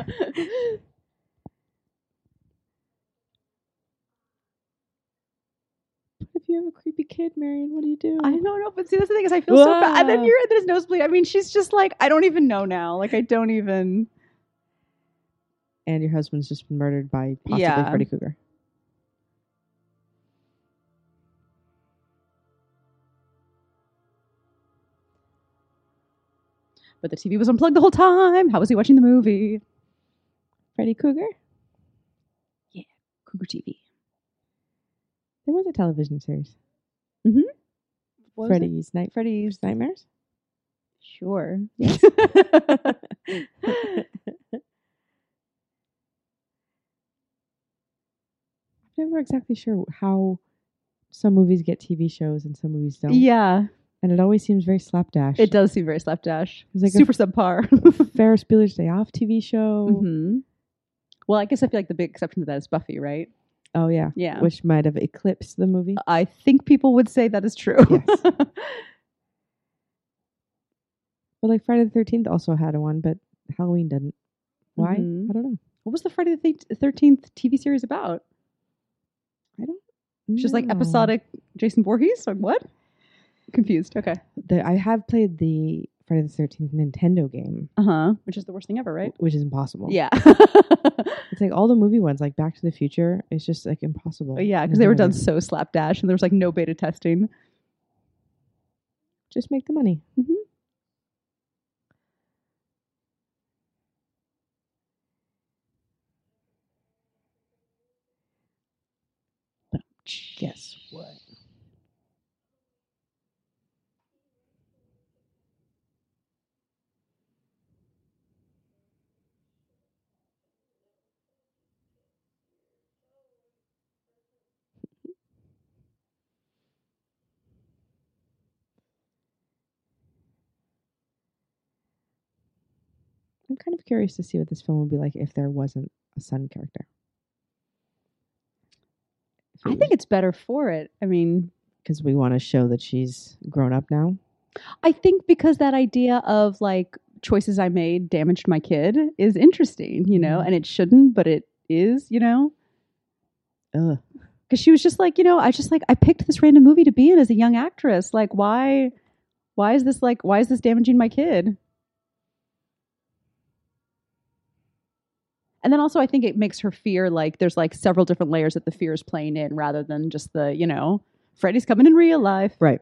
B: if you have a creepy kid, Marion, what do you do?
A: I don't know, but see that's the thing is I feel so bad. And then
B: Wow.
A: you're there's nosebleed. I mean, she's just like, I don't even know now. Like I don't even
B: and your husband's just been murdered by possibly
A: Yeah.
B: Freddy Krueger.
A: but the TV was unplugged the whole time. How was he watching the movie?
B: Freddy Krueger.
A: Cougar TV.
B: There was a television series. Freddy's Night Freddy's Nightmares.
A: Sure.
B: I'm never exactly sure how some movies get TV shows and some movies don't.
A: yeah.
B: And it always seems very slapdash.
A: It does seem very slapdash.
B: It's like a-
A: Super subpar.
B: Ferris Bueller's Day Off TV show.
A: Mhm. Well, I guess I feel like the big exception to that is Buffy, right?
B: Oh, yeah.
A: Yeah. Uh,
B: Which might have eclipsed the movie.
A: I think people would say that is true.
B: Yes. But like Friday the 13th also had one, but Halloween didn't. Why?
A: Mhm.
B: I don't know.
A: what was the Friday the Thirteenth TV series about? She's like
B: No.
A: episodic Jason Voorhees. Like what? Confused. Okay.
B: The, I have played the Friday the 13th Nintendo game,
A: Uh huh. Which is the worst thing ever, right?
B: which is impossible.
A: Yeah.
B: It's like all the movie ones, like Back to the Future, it's just like impossible.
A: yeah, because they were done so slapdash and there was like no beta testing.
B: Just make the money.
A: Mhm.
B: But Guess what? I'm kind of curious to see what this film would be like if there wasn't a son character.
A: I think it's better for it. I mean,
B: because we want to show that she's grown up now.
A: I think because that idea of like choices I made damaged my kid is interesting, you know,
B: Mhm.
A: and it shouldn't, but it is, you know,
B: Ugh.
A: because she was just like, you know, I just like I picked this random movie to be in as a young actress. Like, why, why is this like why is this damaging my kid? And then also, I think it makes her fear like there's like several different layers that the fear is playing in, rather than just the you know Freddy's coming in real life.
B: Right.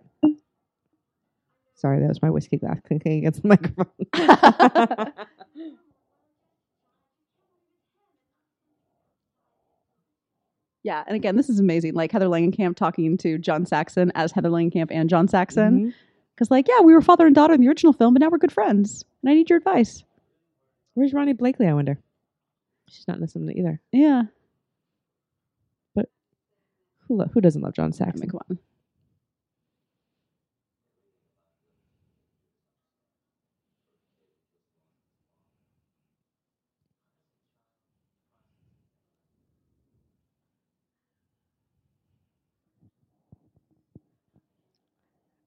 B: Sorry, that was my whiskey glass clinking against the microphone.
A: Yeah, and again, this is amazing. Like Heather Langenkamp talking to John Saxon as Heather Langenkamp and John Saxon,
B: Mhm.
A: because like, yeah, we were father and daughter in the original film, but now we're good friends, and I need your advice.
B: Where's Ronnie Blakely? I wonder. She's not in this one either.
A: Yeah,
B: Who lo- who doesn't love John
A: I mean,
B: Saxon?
A: come on.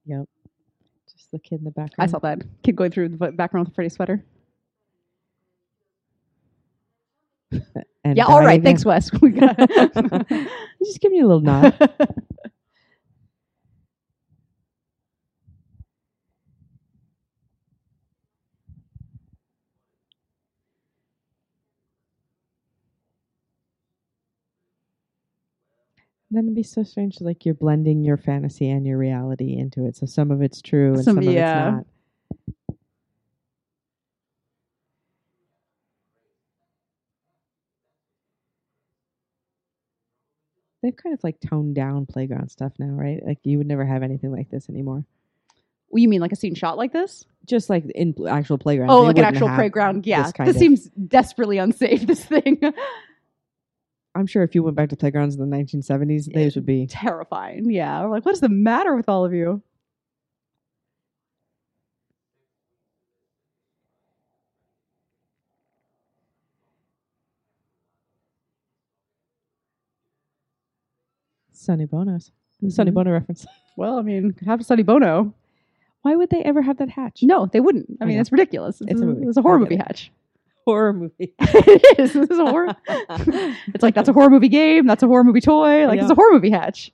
B: Just the kid in the
A: I
B: background.
A: saw that kid going through the background with a pretty sweater.
B: And
A: yeah, all
B: die
A: right,
B: again.
A: thanks, Wes. We got-
B: He's just giving you a little nod. Then it'd be so strange. Like you're blending your fantasy and your reality into it. So some of it's true and some,
A: Some-
B: of
A: yeah.
B: it's not. They've kind of like toned down playground stuff now, right? Like you would never have anything like this anymore.
A: Well, you mean like a scene shot like this?
B: Just like in pl- actual playground.
A: oh,
B: they
A: like an
B: wouldn't
A: actual
B: have
A: playground? Yeah,
B: This,
A: this,
B: kind of-
A: seems desperately unsafe. This thing,
B: I'm sure if you went back to playgrounds in the 1970s, those would be
A: terrifying. Yeah, we're like, what is the matter with all of you?
B: Sonny Bono's. Sonny
A: Mhm.
B: Bono reference.
A: Well, I mean, have Sonny Bono.
B: Why would they ever have that hatch?
A: No, they wouldn't. I
B: I
A: mean,
B: know.
A: it's ridiculous. It's,
B: It's a
A: a,
B: movie.
A: it's a horror
B: I get
A: movie
B: it.
A: hatch.
B: horror movie.
A: it is. This is a horror. it's like that's a horror movie game. That's a horror movie toy. Like
B: Yeah.
A: it's a horror movie hatch.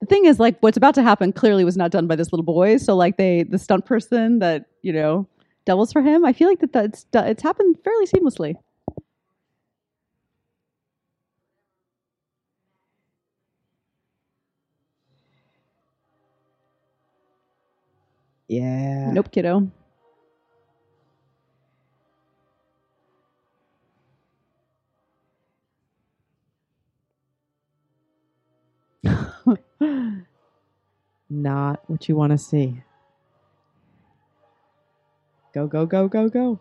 A: The thing is, like, what's about to happen clearly was not done by this little boy. So, like, they the stunt person that you know doubles for him. I feel like that that's do- it's happened fairly seamlessly.
B: Yeah.
A: Nope, kiddo.
B: Not what you want to see. Go, go, go, go, go.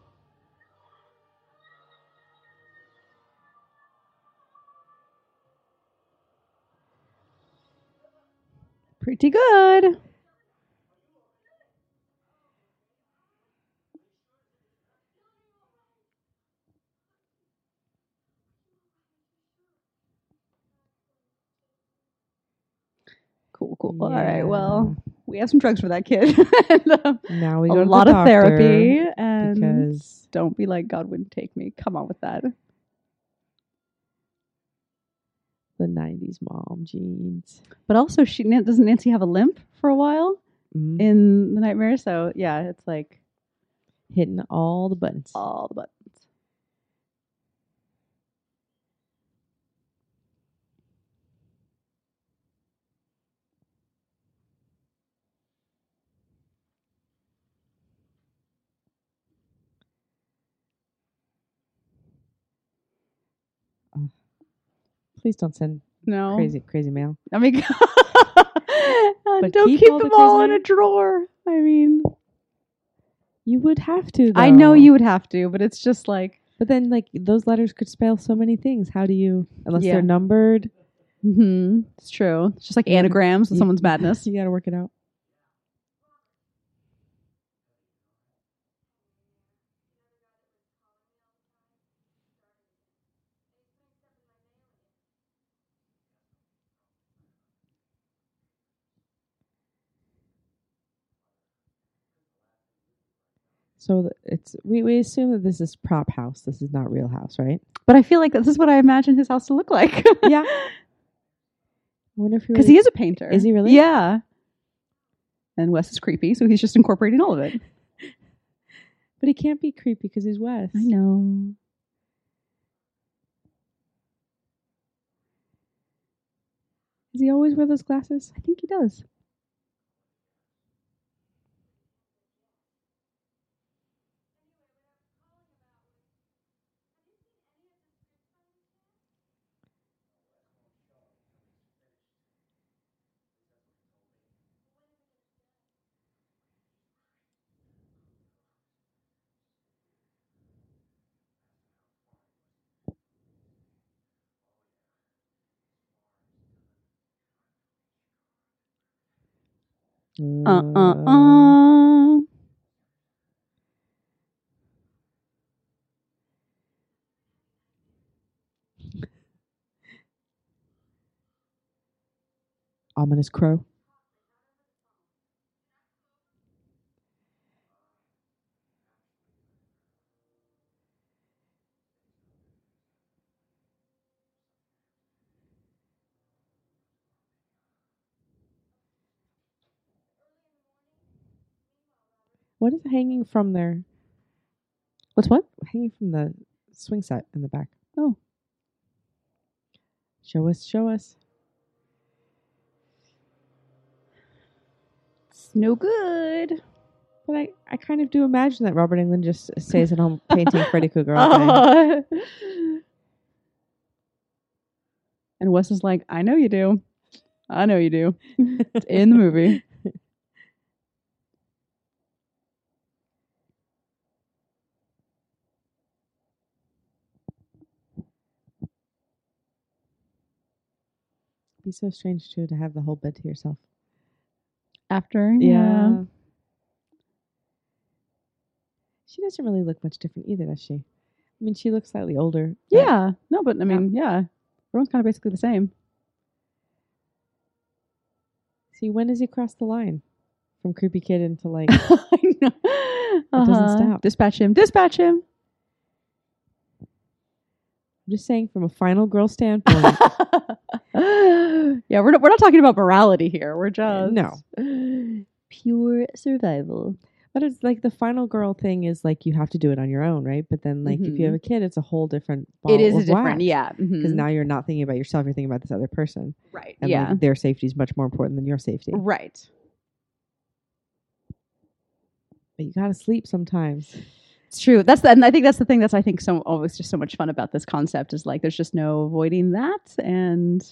A: Pretty good. Cool, cool. All right. Well, we have some drugs for that kid. and, um,
B: Yeah. now we
A: a
B: go to the
A: lot of
B: doctor
A: therapy. And
B: because
A: don't be like, God wouldn't take me. Come on with that.
B: the 90s mom jeans.
A: But also, she Nan- doesn't Nancy have a limp for a while?
B: Mhm.
A: in the nightmare. So yeah, it's like
B: hitting all the buttons.
A: all the buttons.
B: Please don't send
A: No,
B: crazy, crazy mail.
A: I mean,
B: But
A: don't
B: keep
A: keep,
B: all the
A: them all in
B: crazy-
A: a drawer. I mean,
B: You would have to.
A: I know
B: though.
A: you would have to, but it's just like
B: But then, like those letters could spell so many things. How do you, unless
A: Yeah.
B: they're numbered,
A: mhm, it's true. It's just like anagrams of
B: You-
A: someone's madness.
B: you got to work it out. So th- it's we, we assume that this is prop house. This is not real house, right?
A: But I feel like this is what I imagine his house to look like.
B: Yeah. I wonder if you
A: because
B: really-
A: he is a painter.
B: Is he really?
A: Yeah. And Wes is creepy, so he's just incorporating all of it.
B: but he can't be creepy because he's West.
A: know.
B: Does he always wear those glasses?
A: I think he does. Uh uh uh.
B: Ominous crow. What is hanging from there?
A: What's what?
B: Hanging from the swing set in the back.
A: Oh.
B: Show us, show us.
A: It's no good.
B: But I, I kind of do imagine that Robert Englund just stays at home painting Freddy Krueger all day.
A: Uh, and Wes is like, I know you do. I know you do. It's in the movie.
B: be so strange too to have the whole bed to yourself.
A: After,
B: She doesn't really look much different either, does she? I mean, she looks slightly older. but-
A: yeah, Yeah. No, but I mean, yeah, everyone's kind of basically the same.
B: See, when does he cross the line from creepy kid into like?
A: I know.
B: doesn't
A: Uh-huh.
B: stop.
A: Dispatch him. Dispatch him.
B: I'm just saying, from a final girl standpoint,
A: yeah, we're not, we're not talking about morality here. We're just no pure survival.
B: but it's like the final girl thing is like you have to do it on your own, right? But then, like, if you have a kid, it's a whole different. Ball
A: Mm-hmm. it is
B: of
A: a different,
B: wax.
A: yeah,
B: Because
A: mhm.
B: now you're not thinking about yourself; you're thinking about this other person,
A: right,
B: and
A: yeah,
B: like, their safety is much more important than your safety.
A: right.
B: But you gotta sleep sometimes.
A: It's true. That's the, and I think that's the thing that's I think so always just so much fun about this concept is like there's just no avoiding that. And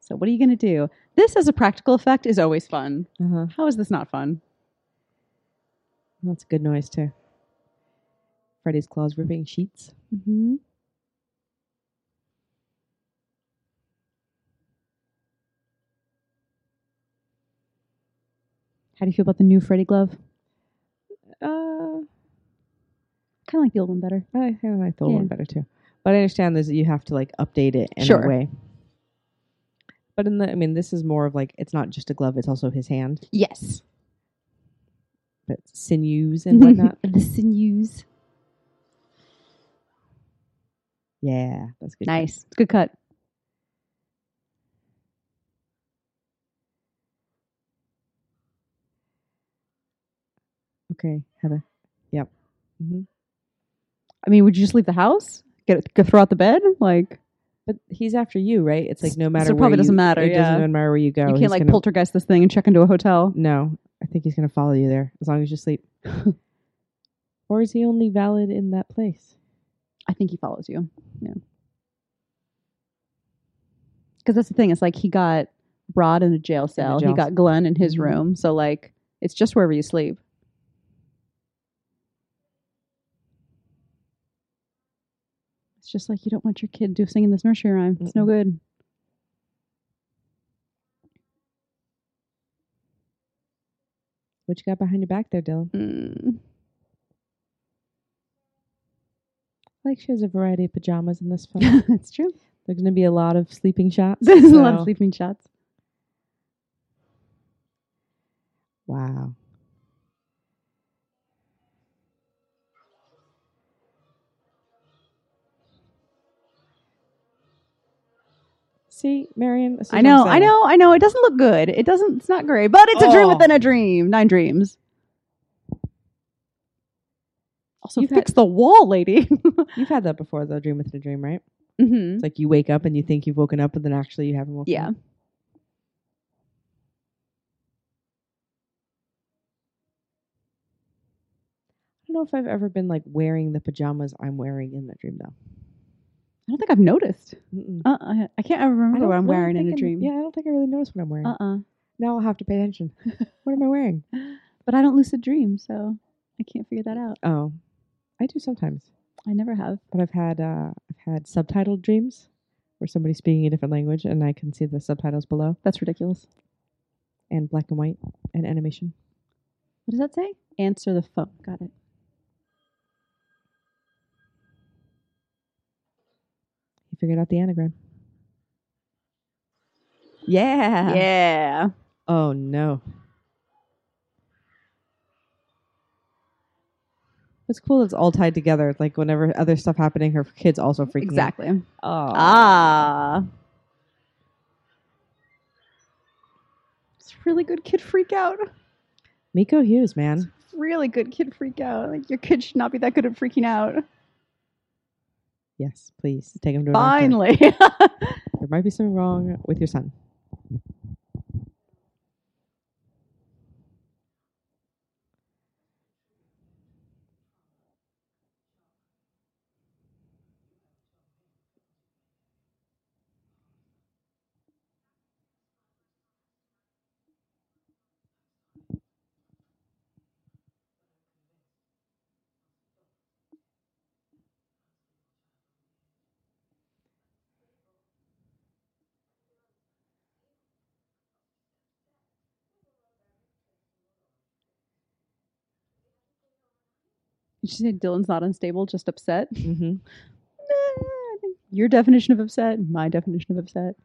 A: so, what are you going to do? This as a practical effect is always fun.
B: Uh huh.
A: How is this not fun?
B: That's a good noise too. Freddy's claws ripping sheets.
A: Mm-hmm. How do you feel about the new Freddy glove?
B: Uh,
A: Kind of like the old one better.
B: I kind of like the old one
A: Yeah.
B: better too, but I understand there's you have to like update it in
A: Sure.
B: a way. But in the, I mean, this is more of like it's not just a glove; it's also his hand,
A: Yes.
B: but sinews and whatnot.
A: the sinews.
B: yeah, that's good.
A: Nice. It's a good cut.
B: Okay, Heather. Yep. hmm
A: I mean, would you just leave the house? Get, go throw out the bed? Like
B: But he's after you, right? It's like no matter.
A: it probably
B: where
A: doesn't
B: you,
A: matter,
B: It
A: yeah.
B: doesn't even matter where you go.
A: you
B: he's
A: can't like
B: gonna-
A: poltergeist this thing and check into a hotel.
B: No, I think he's gonna follow you there as long as you sleep. or is he only valid in that place?
A: I think he follows you. Yeah. Because that's the thing. It's like he got Rod in a jail cell.
B: jail
A: He got Glenn in his
B: Mhm.
A: room. So like, it's just wherever you sleep. It's just like you don't want your kid to singing this nursery rhyme. It's no
B: Mm-mm.
A: good.
B: What you got behind your back there, Dylan?
A: Mm.
B: Like she has a variety of pajamas in this photo.
A: it's true.
B: There's gonna be a lot of sleeping shots.
A: There's a lot of
B: so-
A: sleeping shots.
B: Wow. See, Marion. this is
A: I
B: what I'm
A: know, I
B: saying.
A: know, I know. It doesn't look good. It doesn't. It's not great. But it's a dream
B: Oh.
A: within a dream. Nine dreams. Also,
B: You've
A: fix the wall, lady.
B: You've had that before, though. Dream within a dream, right?
A: hmm
B: It's like you wake up and you think you've woken up, but then actually you haven't woken
A: Yeah.
B: up. I don't know if I've ever been like wearing the pajamas I'm wearing in that dream, though.
A: I don't think I've noticed.
B: Mm-mm.
A: Uh, uh I can't ever
B: I
A: remember
B: don't
A: what I'm
B: really
A: wearing in a
B: think I-
A: dream.
B: Yeah, I don't think I really notice what I'm wearing.
A: Uh uh
B: Now I'll have to pay attention. what am I wearing?
A: But I don't lucid dream, so I can't figure that out.
B: Oh, I do sometimes,
A: I never have.
B: but I've had uh, I've had subtitled dreams where somebody's speaking a different language and I can see the subtitles below
A: That's ridiculous.
B: and black and white and animation.
A: What does that say? Answer the phone. Got it.
B: He figured out the anagram.
A: Yeah. Yeah.
B: Oh no. It's cool. It's all tied together. Like whenever other stuff happening, her kids also freaking
A: Exactly.
B: out. Oh.
A: Ah. It's a really good kid freak out.
B: Miko Hughes, man.
A: really good kid freak out. Like your kid should not be that good at freaking out.
B: Yes, please take him to. a doctor.
A: Finally.
B: there might be something wrong with your son.
A: she said Dylan's not unstable, just upset.
B: Mm-hmm.
A: Your definition of upset, my definition of upset.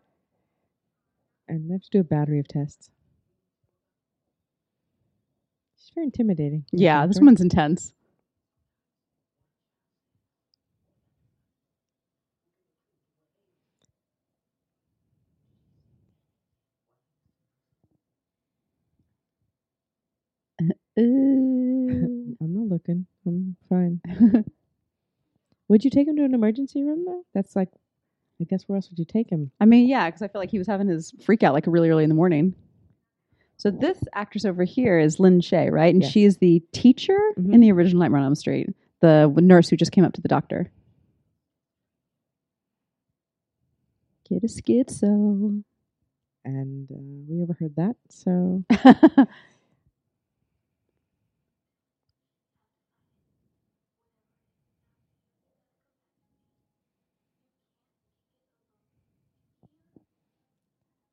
B: And they have to do a battery of tests. She's very intimidating. the
A: Yeah, this
B: character.
A: one's intense. Ooh.
B: I'm not looking. I'm fine. would you take him to an emergency room though? That's like, I guess where else would you take him?
A: I mean, yeah, because I feel like he was having his freak out like really early in the morning. So this actress over here is Lynn Shay, right? And
B: Yes.
A: she is the teacher
B: Mhm.
A: in the original Nightmare on Elm Street, the nurse who just came up to the doctor. Get a schizo.
B: And uh, we overheard that. So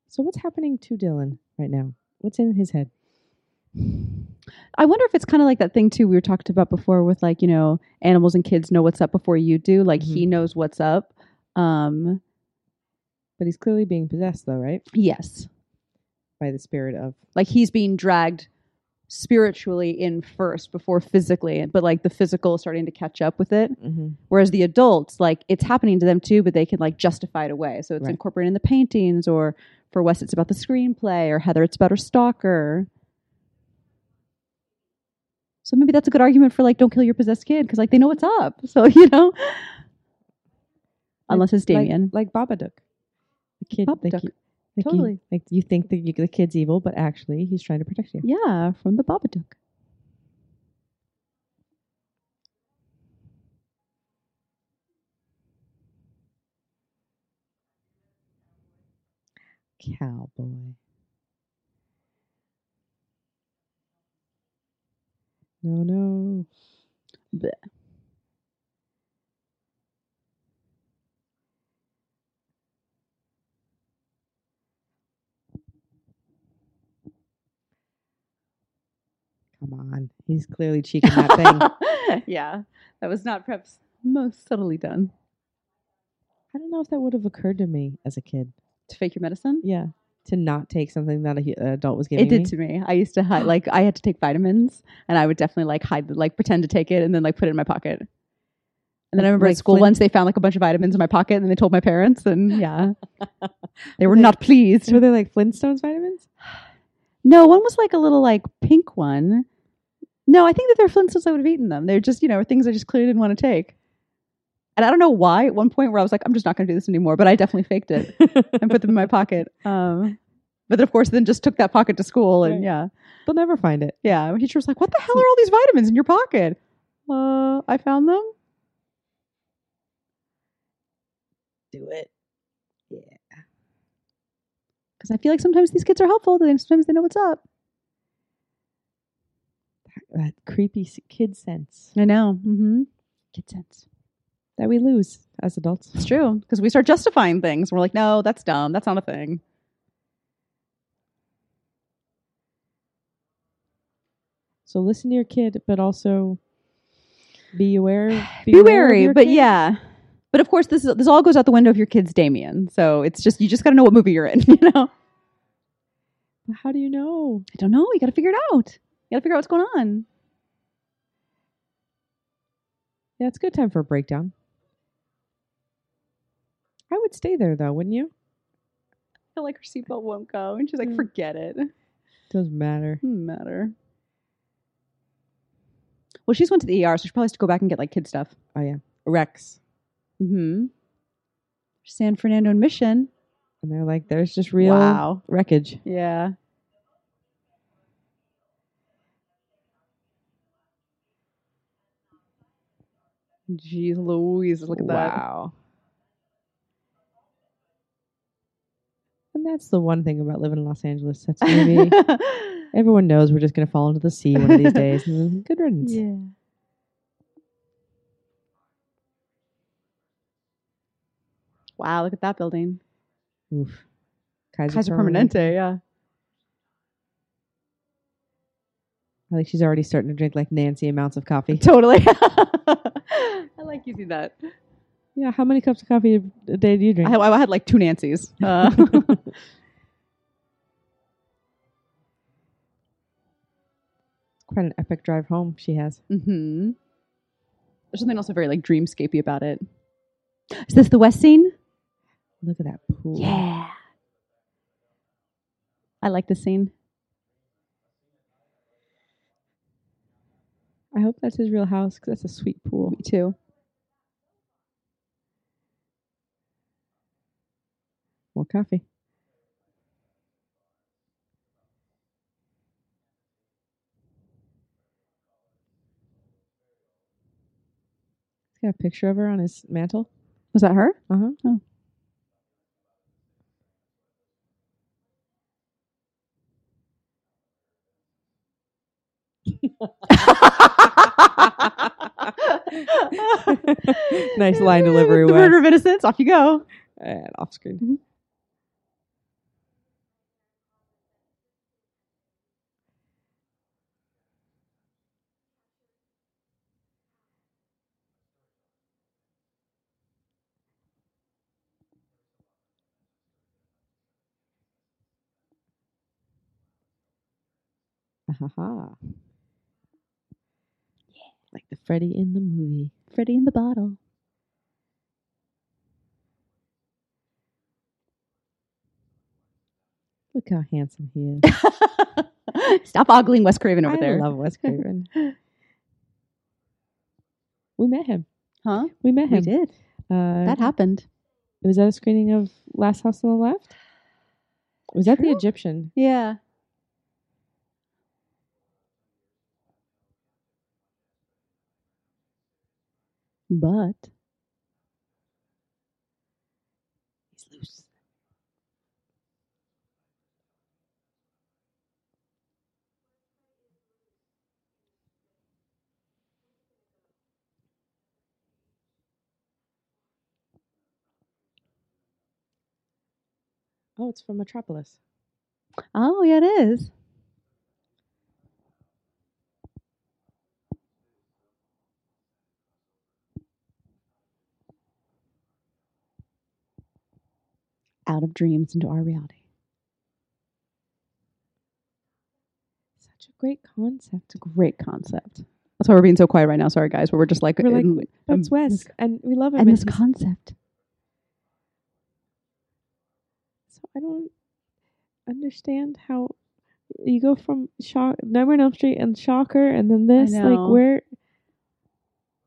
B: So what's happening to Dylan right now? What's in his head?
A: I wonder if it's kind of like that thing too we were talked about before with like you know animals and kids know what's up before you do. Like he knows what's up. Um,
B: But he's clearly being possessed though, right?
A: yes,
B: By the spirit of
A: like he's being dragged spiritually in first before physically but like the physical is starting to catch up with it whereas the adults like it's happening to them too but they can like justify it away so it's
B: Right.
A: incorporated in the paintings or for wes it's about the screenplay or heather it's about her stalker So maybe that's a good argument for like don't kill your possessed kid because like they know what's up. So you know, unless it's
B: Like-
A: Damien.
B: like, Babadook. The kid, the
A: Babadook.
B: ki- the ki-
A: Totally.
B: like you think that you, the kid's evil, but actually he's trying to protect you.
A: yeah, from the Babadook.
B: Cowboy. No, no.
A: Bleh.
B: Come on. He's clearly cheeking that thing. I
A: yeah, that was not perhaps most subtly done
B: don't know if that would have occurred to me as a kid.
A: to fake your medicine.
B: Yeah. To not take something that a hu- an adult was giving
A: It did
B: me.
A: to me. I used to hide, like I had to take vitamins, and I would definitely like hide, the- like pretend to take it, and then like put it in my pocket. And then I remember
B: Like
A: at school
B: Flint-
A: once they found like a bunch of vitamins in my pocket, and they told my parents, and yeah, they were
B: They-
A: not pleased.
B: Were they like Flintstones vitamins?
A: No, one was like a little like pink one. No, I think that they're Flintstones. I would have eaten them. They're just you know things I just clearly didn't want to take. And I don't know why. At one point where I was like, I'm just not going to do this anymore, but I definitely faked it and put them in my pocket. Um, but then, of course, then just took that pocket to school and
B: Right.
A: yeah,
B: They'll never find it.
A: yeah. My teacher was like, "What the hell are all these vitamins in your pocket?" Uh, I found them.
B: Do it.
A: Because I feel like sometimes these kids are helpful. They sometimes they know what's up.
B: That creepy s- kid sense
A: I know. Mm-hmm. Kid sense.
B: that we lose as adults.
A: It's true because we start justifying things. We're like, no, that's dumb. That's not a thing.
B: So listen to your kid, but also be aware.
A: Be, wary,
B: of your
A: but
B: kid.
A: yeah. But of course, this is, this all goes out the window if your kid's Damien. So it's just you just got to know what movie you're in. You know, I
B: How do you know?
A: don't know. You got to figure it out. You got to figure out what's going on.
B: Yeah, it's a good time for a breakdown. I would stay there though, wouldn't you?
A: I feel like her seatbelt won't go, and she's like,
B: Mm.
A: forget it.
B: Doesn't matter.
A: Doesn't matter. Well, she's went to the ER, so she probably has to go back and get like kid stuff.
B: Oh yeah, Rex.
A: Mm-hmm. San Fernando and Mission.
B: And they're like, there's just real
A: Wow.
B: wreckage.
A: Yeah. Jeez Louise, look at that.
B: Wow. And that's the one thing about living in Los Angeles. That's maybe everyone knows we're just going to fall into the sea one of these days. And then good riddance.
A: yeah. Wow, look at that building.
B: Oof. Kaiser,
A: Kaiser Permanente, yeah.
B: I think she's already starting to drink like Nancy amounts of coffee.
A: Totally. I like using that.
B: Yeah, how many cups of coffee a day do you drink?
A: I, I had like two Nancy's. Uh,
B: Quite an epic drive home she has.
A: hmm There's something also very like dreamscapey about it. Is this the West scene?
B: Look at that pool.
A: Yeah. I like this scene.
B: I hope that's his real house because that's a sweet pool.
A: Me too.
B: More coffee. He's got a picture of her on his mantle.
A: Was that her?
B: Uh huh.
A: Oh.
B: Nice line delivery,
A: The
B: Wes.
A: murder of innocence. Off you go.
B: And off screen.
A: Mhm.
B: Ahaha. Like the Freddy in the movie.
A: Freddy in the bottle.
B: Look how handsome he is.
A: Stop ogling Wes Craven over
B: I
A: there.
B: love Wes Craven. We met him.
A: Huh?
B: We met him.
A: We did.
B: Uh,
A: That happened.
B: was that a screening of Last House on the Left? Was that the
A: True.
B: Egyptian?
A: Yeah. But
B: He's loose. Oh, it's from Metropolis.
A: oh yeah, it is. Out of dreams into our reality.
B: Such a great concept.
A: Great concept. That's why we're being so quiet right now. Sorry, guys, but we're just like,
B: We're like,
A: in-
B: But it's
A: um,
B: Wes, and we love him.
A: and this
B: he's-
A: concept.
B: So I don't understand how you go from shock Nightmare on Elm Street and Shocker, and then this.
A: know.
B: Like where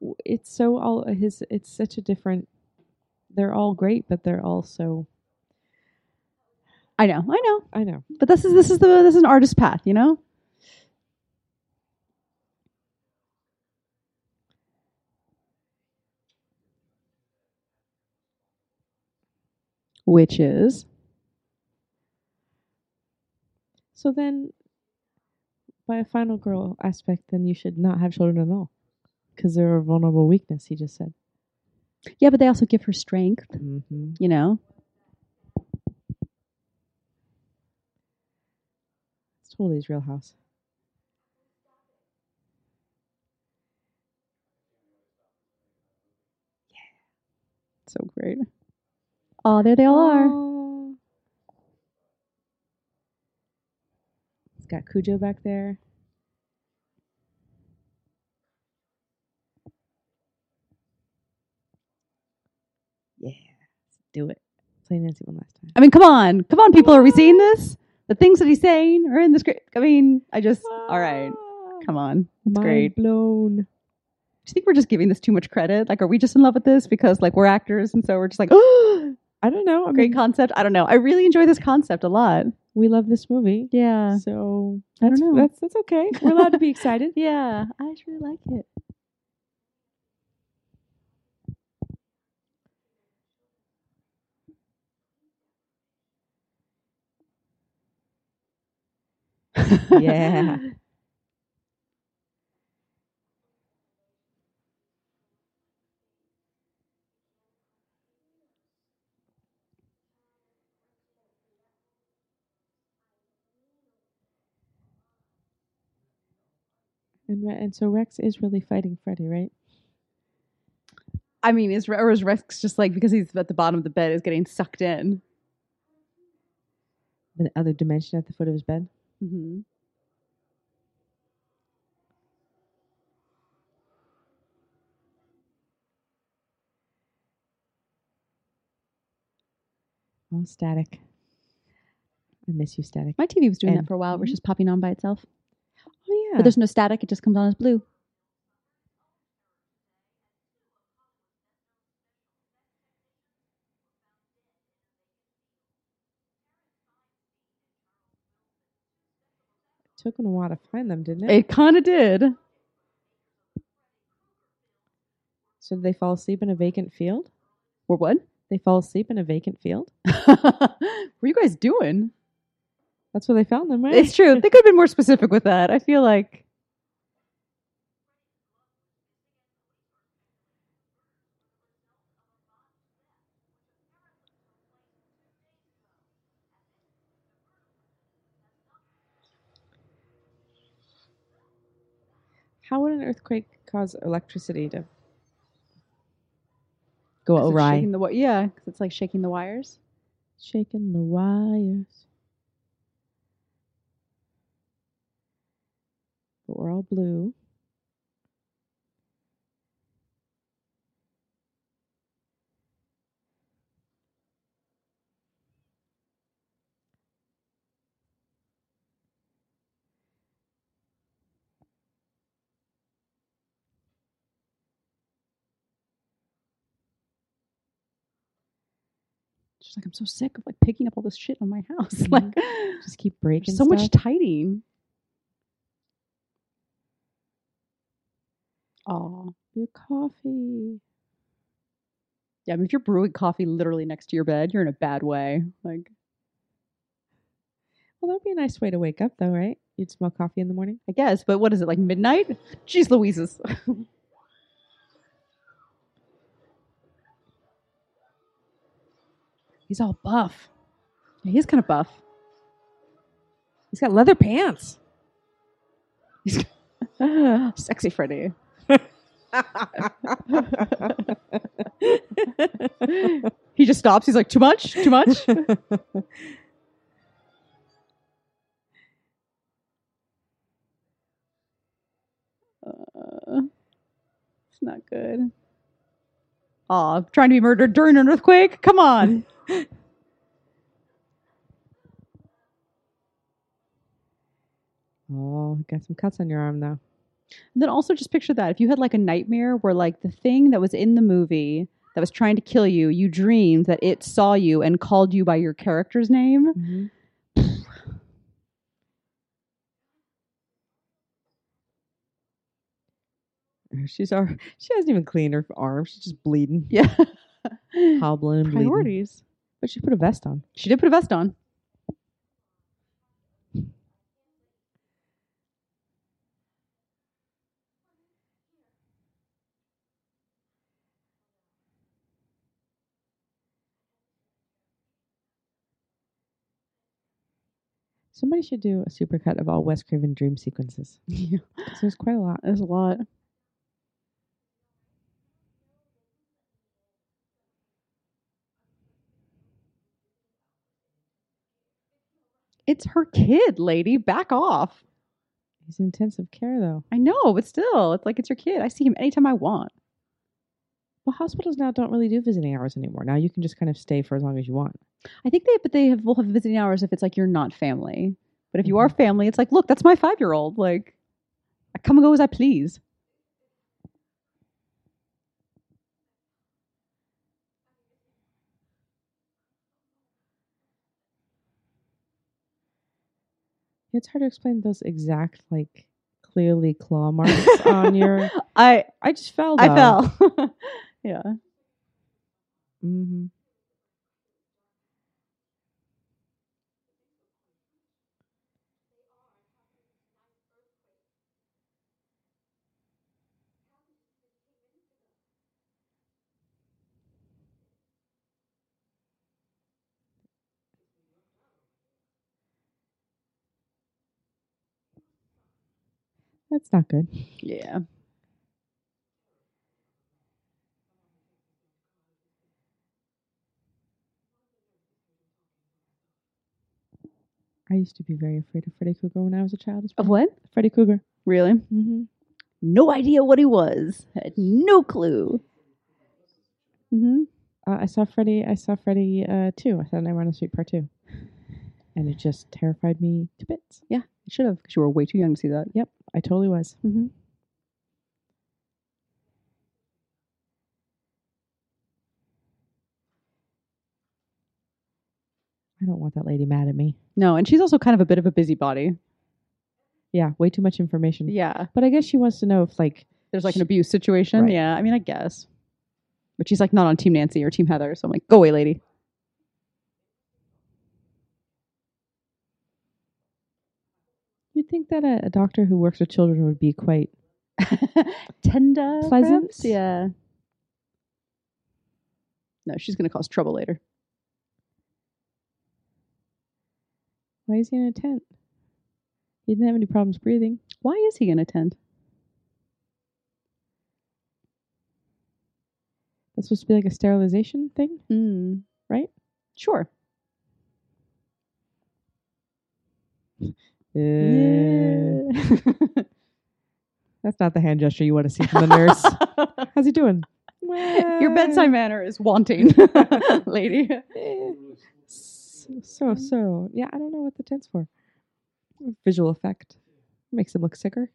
B: w- it's so all his. It's such a different. They're all great, but they're all so.
A: I know, I know.
B: I know.
A: But this is this is the this is an artist path, you know. Which is
B: So then, by a final girl aspect, then you should not have children at all, because they're a vulnerable weakness. He just said.
A: yeah, but they also give her strength,
B: Mm-hmm.
A: you know.
B: It's totally his real house.
A: So great. Oh, there they all are.
B: Aw. It's got Cujo back there. Yeah, let's do it. Play Nancy one last time.
A: I mean, come on, come on, people. Are we seeing this? The things that he's saying are in the script. I mean, I just all right. Come on, it's
B: Mind
A: great.
B: blown.
A: Do you think we're just giving this too much credit? Like, are we just in love with this because like we're actors and so we're just like, oh,
B: I don't know. I mean,
A: great concept. I don't know. I really enjoy this concept a lot.
B: we love this movie.
A: Yeah,
B: So
A: I don't
B: that's,
A: know.
B: That's that's okay. We're allowed to be excited.
A: yeah, I just really like it.
B: Yeah. And, Re- and so Rex is really fighting Freddy, right?
A: I mean, is or is Rex just like because he's at the bottom of the bed is getting sucked in?
B: The other dimension at the foot of his bed.
A: Mm-hmm.
B: Oh, static. I miss you, static.
A: My TV was doing
B: And-
A: that for a while, where it's just popping on by itself.
B: Oh yeah.
A: But there's no static; it just comes on as blue.
B: it took him a while to find them, didn't it?
A: It kind of did.
B: So did they fall asleep in a vacant field?
A: Or what?
B: They fall asleep in a vacant field.
A: what are you guys doing?
B: That's where they found them, right?
A: It's true. They could have been more specific with that. I feel like
B: How would an earthquake cause electricity to go
A: 'Cause it's
B: awry?
A: shaking the wi- yeah, 'cause it's like shaking the wires.
B: Shaking the wires. But we're all blue.
A: She's like, I'm so sick of like picking up all this shit on my house.
B: Mhm.
A: Like,
B: Just keep breaking
A: there's so much
B: stuff.
A: tidying. Oh,
B: Your coffee.
A: yeah. I mean, if you're brewing coffee literally next to your bed, you're in a bad way. Like,
B: Well, that'd be a nice way to wake up, though, right? You'd smell coffee in the morning.
A: I guess, but what is it like midnight? Jeez, Louises.
B: He's all buff.
A: Yeah, He's kind of buff.
B: He's got leather pants.
A: Sexy Freddy. He just stops. He's like, too much, too much. Uh, it's not good. Aw, trying to be murdered during an earthquake? Come on.
B: oh, got some cuts on your arm, though.
A: then also just picture that. If you had like a nightmare where like the thing that was in the movie that was trying to kill you, you dreamed that it saw you and called you by your character's name. Mm-hmm.
B: She's all, she hasn't even cleaned her arm. She's just bleeding,
A: Yeah.
B: hobbling and bleeding.
A: Priorities.
B: But she put a vest on.
A: She did put a vest on.
B: Somebody should do a supercut of all Wes Craven dream sequences.
A: Yeah.
B: 'Cause There's quite a lot.
A: There's a lot. It's her kid, lady. Back off.
B: He's in intensive care, though.
A: I know, but still, it's like it's your kid. I see him anytime I want.
B: Well, hospitals now don't really do visiting hours anymore. Now you can just kind of stay for as long as you want.
A: I think they, but they have, will have visiting hours if it's like you're not family. But if you
B: Mm-hmm.
A: are family, it's like, look, that's my five year old. Like, I come and go as I please.
B: It's hard to explain those exact, like, clearly claw marks on your.
A: I,
B: I just fell.
A: I fell. yeah.
B: Mm-hmm. That's not good.
A: Yeah.
B: I used to be very afraid of Freddy Krueger when I was a child. as
A: Of
B: well.
A: what?
B: Freddy Krueger.
A: Really?
B: Mm-hmm.
A: No idea what he was. Had no clue. Mm-hmm.
B: Uh, I saw Freddy. I saw Freddy uh, two. I saw Nightmare on the Street Part Two, and it just terrified me to bits.
A: You should have, because you were way too young to see that.
B: I totally was.
A: Mm-hmm.
B: I don't want that lady mad at me.
A: No, and she's also kind of a bit of a busybody.
B: Yeah, way too much information.
A: Yeah.
B: But I guess she wants to know if like
A: There's like
B: She-
A: an abuse situation.
B: Right.
A: Yeah. I mean, I guess. But she's like not on Team Nancy or Team Heather. So I'm like, go away, lady.
B: you'd think that a, a doctor who works with children would be quite.
A: Tender.
B: Pleasant?
A: perhaps? Yeah. No, she's going to cause trouble later.
B: Why is he in a tent? He didn't have any problems breathing.
A: Why is he going to attend?
B: That's supposed to be like a sterilization thing.
A: Mm.
B: Right?
A: Sure. Eh. Yeah.
B: That's not the hand gesture you want to see from the nurse. How's he doing?
A: Your bedside manner is wanting, lady.
B: Eh, So, so so yeah i don't know what the tent's for visual effect makes him look sicker E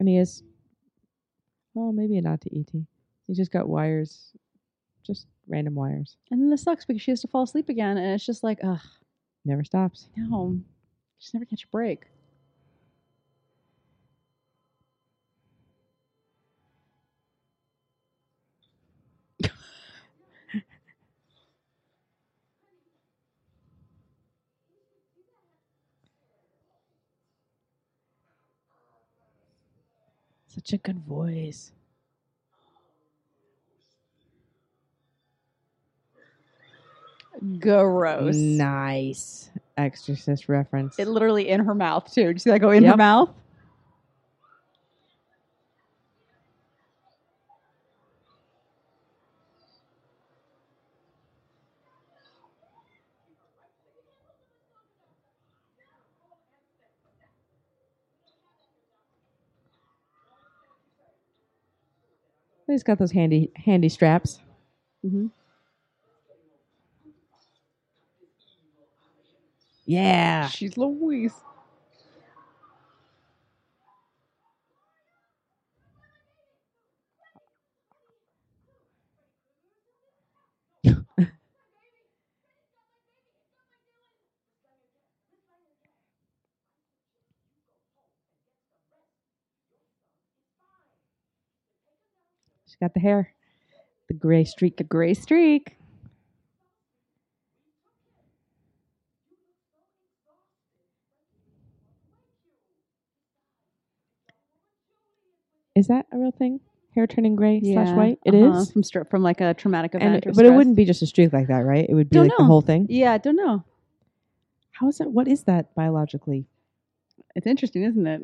B: and he is well maybe not to et he just got wires just random wires.
A: And then this sucks because she has to fall asleep again, and it's just like, ugh,
B: Never stops.
A: no, just never catch a break.
B: Such a good voice.
A: Gross.
B: Nice exorcist reference.
A: It literally in her mouth too. Did you see that go in her
B: Yep.
A: mouth?
B: He's got those handy handy straps.
A: Mm-hmm.
B: Yeah.
A: She's Louise.
B: She's got the hair. The gray streak.
A: The gray streak.
B: Is that a real thing? Hair turning gray slash white? It is.
A: uh-huh, from stri- from like a traumatic event,
B: And
A: or
B: it- but
A: stress.
B: it wouldn't be just a streak like that, right? It would be
A: Don't
B: like the
A: know.
B: whole thing.
A: Yeah, I don't know.
B: How is that? What is that biologically?
A: It's interesting, isn't it?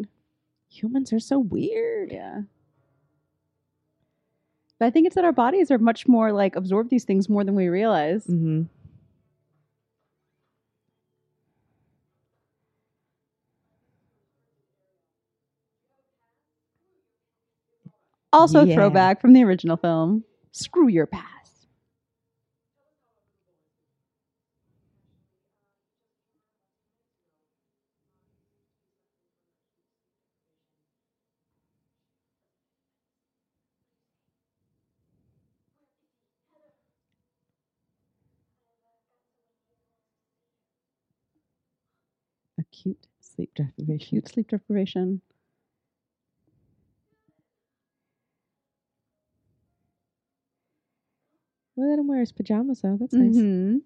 B: Humans are so weird.
A: Yeah. But I think it's that our bodies are much more like absorb these things more than we realize.
B: Mm-hmm.
A: Also,
B: Yeah.
A: throwback from the original film. Screw your past.
B: Acute sleep deprivation.
A: Acute sleep deprivation.
B: Well, let him wear his pajamas though. That's nice.
A: Mhm.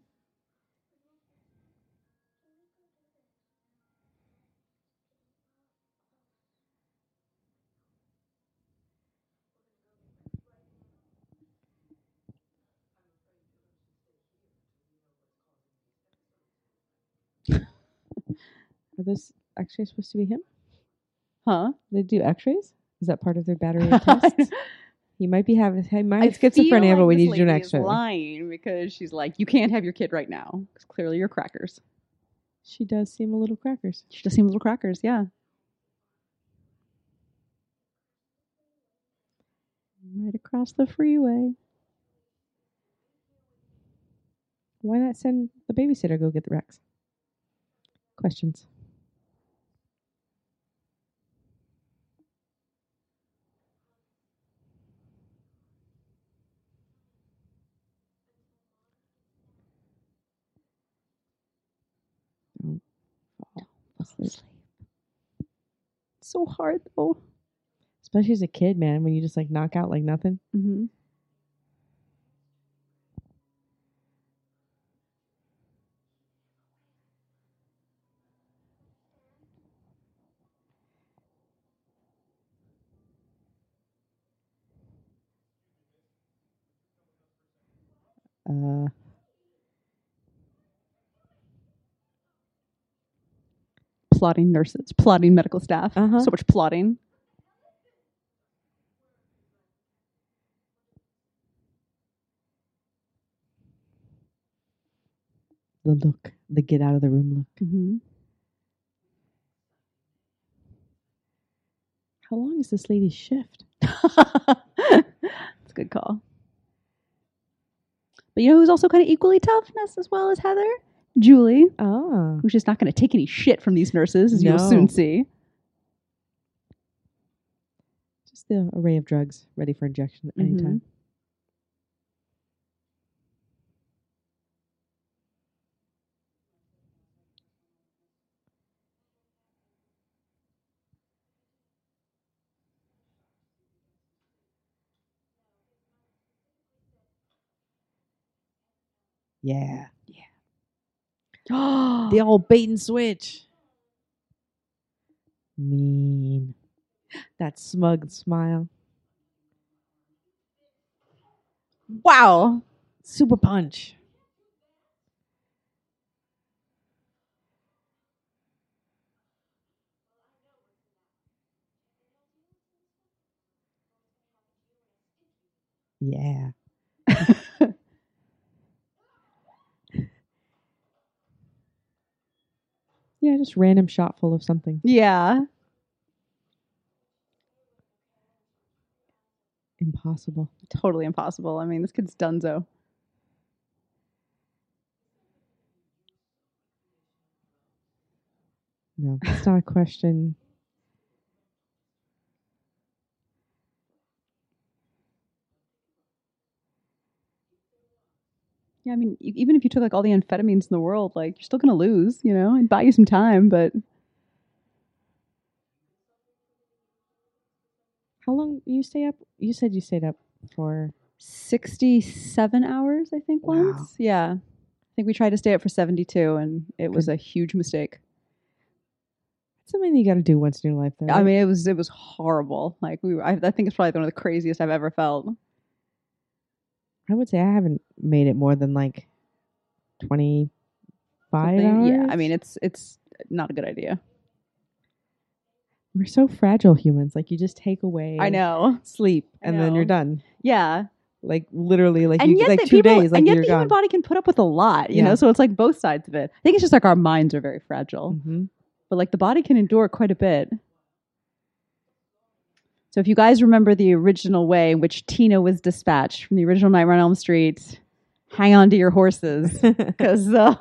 B: Are those X-rays supposed to be him?
A: Huh?
B: They do X-rays. Is that part of their battery of
A: I
B: tests? He might be having. He might
A: I
B: have
A: feel
B: schizophrenia, but
A: like
B: we
A: this
B: need to do an
A: lady is
B: X-ray.
A: Lying because she's like, you can't have your kid right now because clearly you're crackers.
B: She does seem a little crackers.
A: She does seem little crackers. Yeah. Right across the freeway.
B: Why not send the babysitter go get the Rex? Questions. Don't fall asleep.
A: So hard though.
B: Especially as a kid, man, when you just like knock out like nothing.
A: Mm-hmm.
B: Uh,
A: Plotting nurses, plotting medical staff.
B: Uh-huh.
A: So much plotting.
B: the look, the get out of the room look.
A: Mm-hmm.
B: How long is this lady's shift?
A: It's a good call. But you know who's also kind of equally toughness as well as Heather? Julie,
B: Ah,
A: who's just not going to take any shit from these nurses, as
B: No.
A: you'll soon see.
B: just the array of drugs ready for injection at any
A: Mhm.
B: time. Yeah.
A: Oh,
B: The old bait and switch. Mean. That smug smile.
A: wow.
B: Super punch. Yeah. yeah, just random shot full of something.
A: Yeah.
B: Impossible.
A: Totally impossible. I mean, this kid's dunzo.
B: No, it's not a question.
A: Yeah, I mean, e- even if you took like all the amphetamines in the world, like you're still gonna lose, you know, and buy you some time. But
B: How long you stay up? You said you stayed up for
A: sixty-seven hours, I think.
B: Wow.
A: Once, yeah, I think we tried to stay up for seventy-two, and it was a huge mistake.
B: something you got to do once in your life. Though,
A: I
B: right?
A: mean, it was it was horrible. Like we, were, I, I think it's probably one of the craziest I've ever felt.
B: I would say I haven't made it more than like twenty five
A: Something-
B: hours.
A: yeah, I mean, it's it's not a good idea.
B: we're so fragile humans. Like you just take away,
A: I know.
B: sleep,
A: I
B: and then you're
A: know.
B: done.
A: Yeah,
B: Like literally, like
A: and
B: you
A: yet
B: like
A: the
B: two
A: people,
B: days, like
A: and yet
B: you're
A: the
B: gone.
A: human body can put up with a lot, you
B: Yeah.
A: know. So it's like both sides of it. I think it's just like our minds are very fragile,
B: Mhm.
A: but like the body can endure quite a bit. So if you guys remember the original way in which Tina was dispatched from the original Nightmare on Elm Street, hang on to your horses.
B: Mm-hmm.
A: because uh,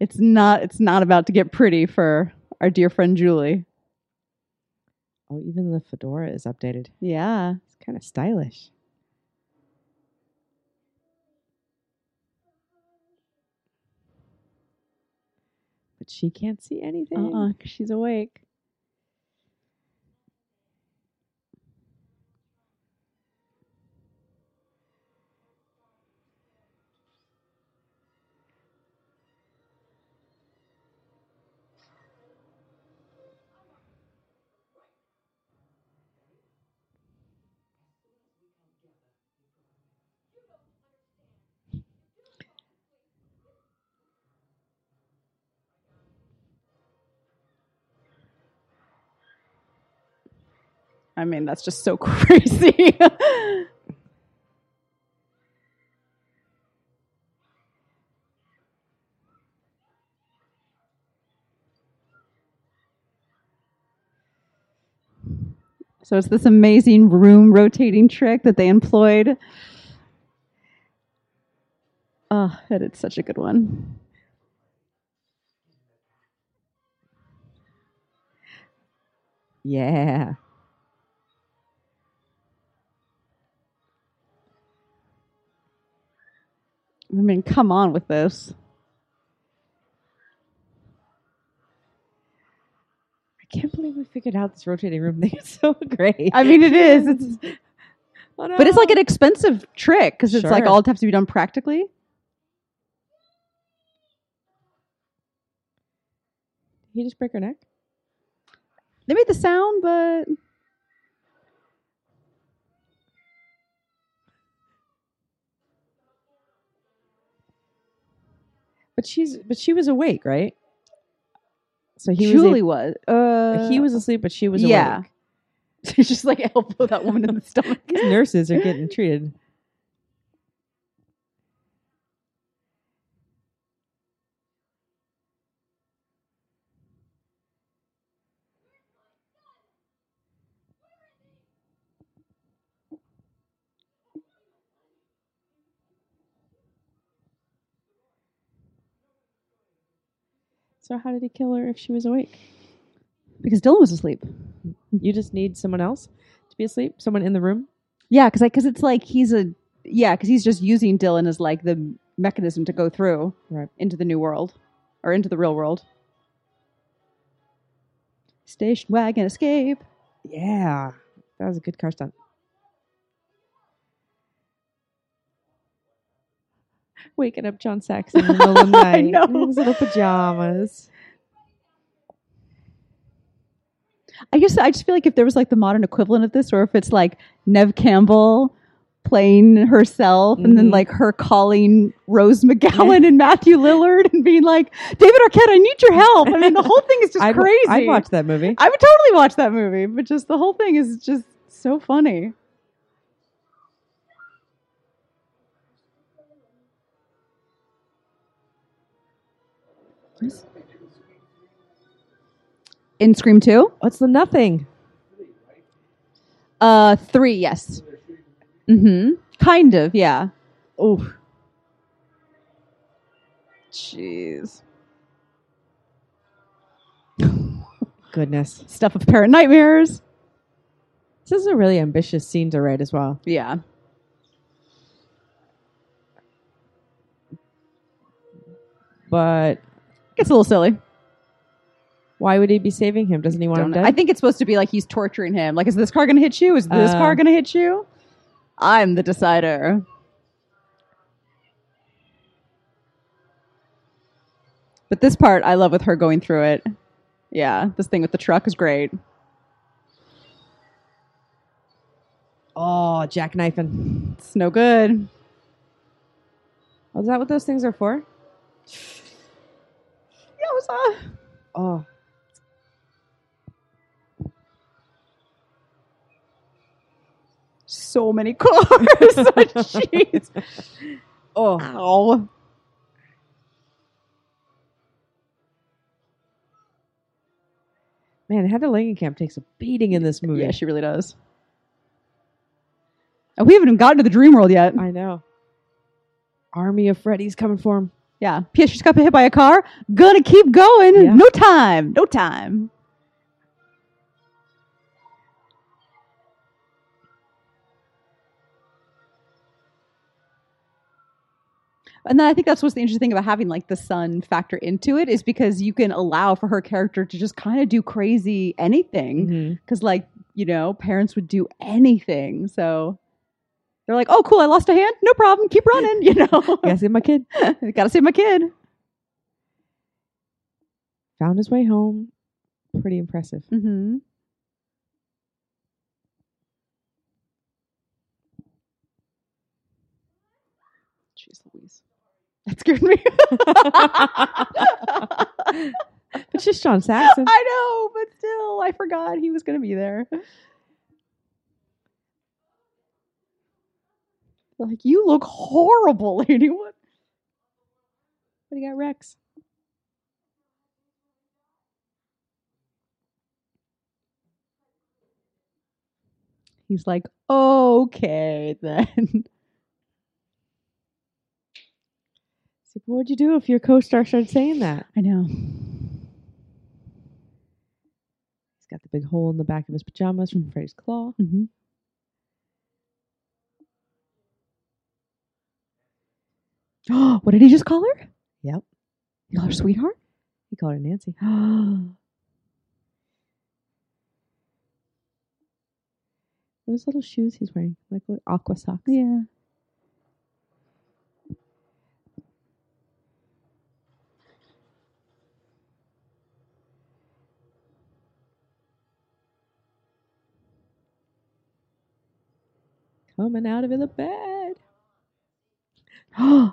A: it's not it's not about to get pretty for our dear friend Julie.
B: oh, even the fedora is updated.
A: Yeah,
B: It's kind of stylish. But she can't see anything.
A: uh-uh, 'cause she's awake. I mean, that's just so crazy. So it's this amazing room rotating trick that they employed. Oh, that it's such a good one.
B: Yeah.
A: I mean, come on with this.
B: I can't believe we figured out this rotating room thing. It's so great.
A: I mean, it is. It's But it's like an expensive trick because it's like
B: Sure.
A: all it has to be done practically.
B: Did he just break her neck?
A: They made the sound, but
B: But she's but she was awake, right? So he
A: Julie
B: was
A: was.
B: a-
A: Uh,
B: he was asleep, but she was
A: yeah.
B: awake.
A: She just like elbow that woman in the stomach.
B: These nurses are getting treated. So how did he kill her if she was awake?
A: because Dylan was asleep.
B: You just need someone else to be asleep, someone in the room.
A: Yeah, because because it's like he's a yeah because he's just using Dylan as like the mechanism to go through
B: Right.
A: into the new world or into the real world. Station wagon escape.
B: Yeah, that was a good car stunt. waking up John Saxon in the middle of the night
A: I know.
B: in his little pajamas.
A: I guess I just feel like if there was like the modern equivalent of this, or if it's like Nev Campbell playing herself and then
B: Mhm.
A: like her calling Rose McGowan and Matthew Lillard and being like, David Arquette, I need your help. I mean, the whole thing is just
B: I'd,
A: crazy.
B: I'd watch that movie.
A: I would totally watch that movie, but just the whole thing is just so funny. In Scream 2?
B: What's the nothing?
A: Uh, 3, yes. Mm-hmm. Kind of, yeah.
B: Oh,
A: Jeez.
B: goodness.
A: Stuff of Parent Nightmares.
B: This is a really ambitious scene to write as well.
A: Yeah.
B: But
A: Gets a little silly.
B: why would he be saving him? Doesn't he want him
A: Don't know.
B: dead?
A: I think it's supposed to be like he's torturing him. Like, is this car going to hit you? Is this
B: Uh.
A: car going to hit you? I'm the decider. But this part I love with her going through it. Yeah, this thing with the truck is great.
B: oh, jackknifing.
A: It's no good.
B: Oh, is that what those things are for?
A: Yosa.
B: Oh.
A: So many cars. Jeez.
B: Oh.
A: Ow.
B: Man, Heather Langenkamp takes a beating in this movie.
A: Yeah, she really does. And we haven't even gotten to the dream world yet.
B: I know. Army of Freddy's coming for him.
A: Yeah. P.S. She just got hit by a car. Gonna keep going.
B: Yeah.
A: No time. No time. And then I think that's what's the interesting thing about having like the sun factor into it is because you can allow for her character to just kind of do crazy anything because like you know parents would do anything so they're like oh cool I lost a hand no problem keep running you know
B: Yeah, see, my kid
A: gotta save my kid.
B: found his way home. Pretty impressive.
A: Mm-hmm. Jeez Louise. That scared me. I
B: It's just John Saxon.
A: know, but still, I forgot he was going to be there. Like, you look horrible, lady. What?
B: But he got Rex.
A: He's like, okay, then.
B: So what would you do if your co-star started saying that?
A: I know.
B: He's got the big hole in the back of his pajamas from Freddy's claw.
A: Mm-hmm. what did he just call her?
B: Yep.
A: He called her sweetheart?
B: He called her Nancy. What his little shoes he's wearing? Like what, aqua socks.
A: yeah.
B: Coming out of the bed.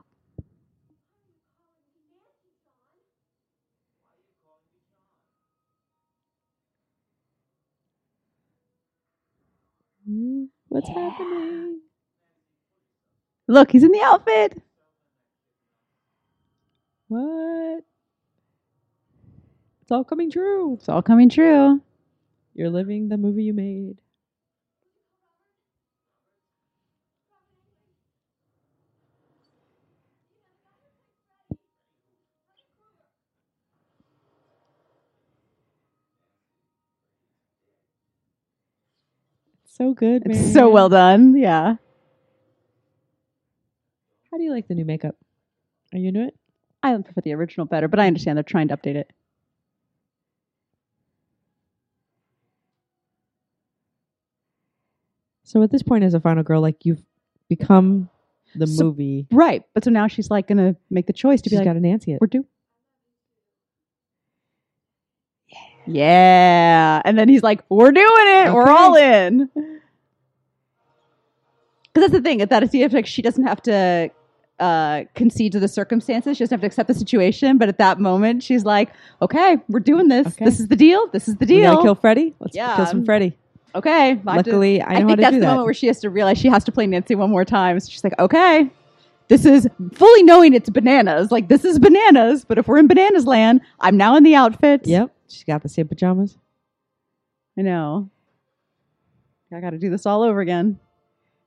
B: Mm, What's
A: Yeah.
B: happening?
A: Look, he's in the outfit.
B: What? It's all coming true.
A: It's all coming true.
B: You're living the movie you made. It's so good, man.
A: It's so well done. Yeah.
B: How do you like the new makeup? Are you into it?
A: I prefer the original better, but I understand they're trying to update it.
B: So at this point, as a final girl, like you've become the
A: So-
B: movie.
A: Right. But so now she's like going to make the choice to be
B: She's
A: like,
B: got a Nancy it.
A: we're due. Yeah. And then he's like, we're doing it. We're
B: Okay.
A: all in. Because that's the thing. At that, it's like she doesn't have to uh, concede to the circumstances. She doesn't have to accept the situation. But at that moment, she's like, okay, we're doing this.
B: Okay.
A: This is the deal. This is the
B: We
A: deal.
B: gotta kill Freddy. Let's
A: Yeah.
B: kill some Freddy.
A: okay. I have to-
B: Luckily, I
A: I,
B: know how
A: think
B: to
A: that's
B: do
A: the
B: that.
A: moment where she has to realize she has to play Nancy one more time. So she's like, okay, this is fully knowing it's bananas. Like, this is bananas, but if we're in bananas land, I'm now in the outfit.
B: yep, she's got the same pajamas.
A: I know. I got to do this all over again.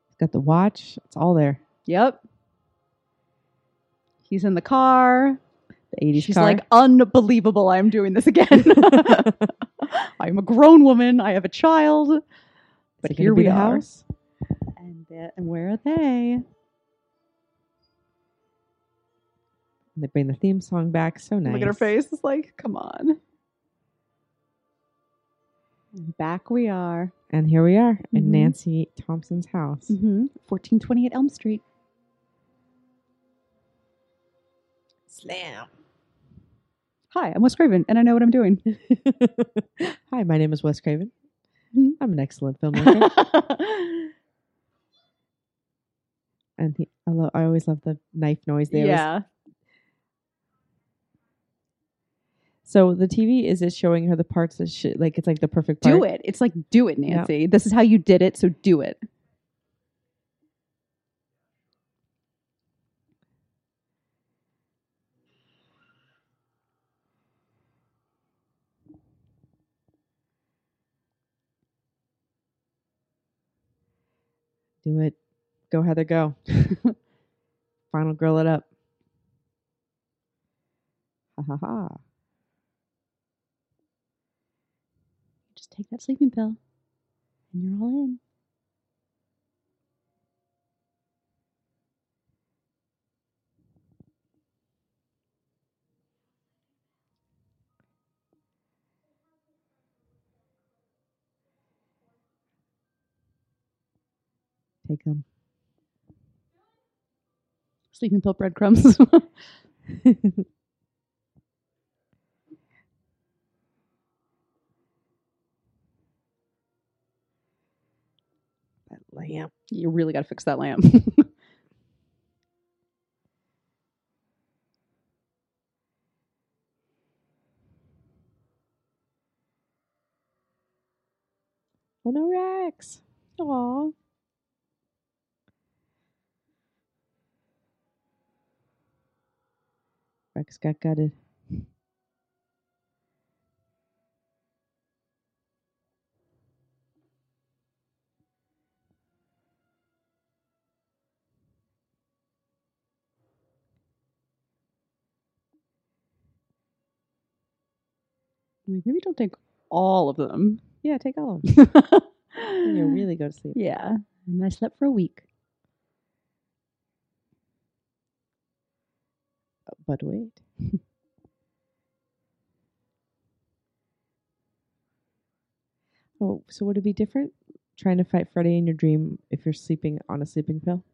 B: She's got the watch. It's all there.
A: Yep. He's in the car.
B: The eighties
A: She's
B: car.
A: like, unbelievable. I'm doing this again. I'm a grown woman. I have a child. But
B: it gonna
A: here
B: be
A: we
B: the
A: are.
B: house?
A: And, uh, and where are they?
B: And they bring the theme song back. So nice.
A: Look at her face. It's like, come on. And back we are.
B: And here we are
A: Mhm.
B: in Nancy Thompson's house.
A: Mm-hmm. 1428 Elm Street.
B: Slam.
A: Hi, I'm Wes Craven, and I know what I'm doing.
B: Hi, my name is Wes Craven.
A: Mhm.
B: I'm an excellent filmmaker,
A: yeah.
B: and he, I, lo- I always love the knife noise. They always So the TV is just showing her the parts that she like. It's like the perfect part.
A: Do it. It's like, do it,
B: Yeah.
A: Nancy. This is how you did it, so do it.
B: Do it. Go Heather, go. Final girl it up. Ha ha ha.
A: Just take that sleeping pill, and you're all in.
B: Take them.
A: Sleeping pill breadcrumbs.
B: That lamp.
A: you really got to fix that lamp.
B: Oh no, Rex. Aw. Rex got gutted.
A: I'm like, maybe don't take all of them.
B: Yeah, take all of them. Then you really go to sleep.
A: Yeah. And I slept for a week.
B: But wait. oh, so would it be different trying to fight Freddy in your dream if you're sleeping on a sleeping pill,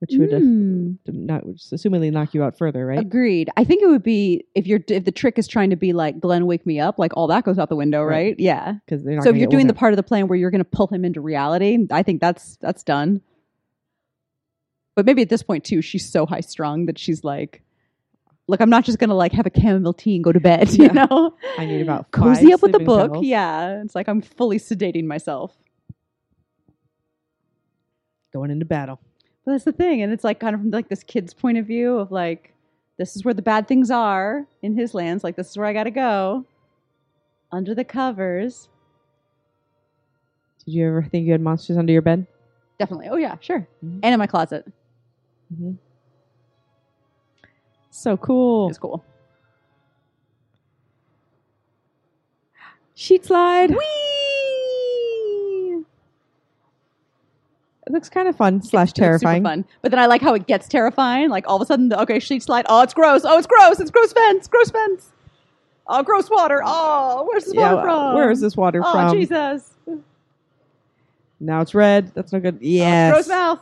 B: which would have
A: Mm,
B: not would assumedly knock you out further, right?
A: Agreed. I think it would be if you're if the trick is trying to be like Glenn, wake me up. Like all that goes out the window,
B: Right.
A: right? Yeah.
B: Because they're not.
A: So if
B: gonna
A: you're
B: get
A: doing the
B: woken
A: part of the plan where you're going to pull him into reality, I think that's that's done. But maybe at this point too, she's so high strung that she's like, "Look, I'm not just going to like have a chamomile tea and go to bed." You
B: Yeah.
A: know,
B: up. I need about five
A: cozy up with the
B: sleeping
A: book.
B: pills.
A: Yeah, it's like I'm fully sedating myself.
B: going into battle.
A: But that's the thing, and it's like kind of from like this kid's point of view of like, this is where the bad things are in his lands. Like this is where I got to go, under the covers.
B: Did you ever think you had monsters under your bed?
A: Definitely. Oh yeah, sure.
B: Mhm.
A: And in my closet,
B: So cool.
A: it's cool.
B: Sheet slide.
A: Whee!
B: It looks kind of fun slash
A: It's super
B: terrifying.
A: fun. But then I like how it gets terrifying. Like all of a sudden, the, okay, sheet slide. Oh, it's gross. Oh, it's gross. It's gross fence. Gross fence. Oh, gross water. Oh, where's this water
B: Yeah,
A: from?
B: where is this water
A: Oh,
B: from?
A: Jesus.
B: Now it's red. That's no good.
A: Oh,
B: Yes.
A: gross mouth.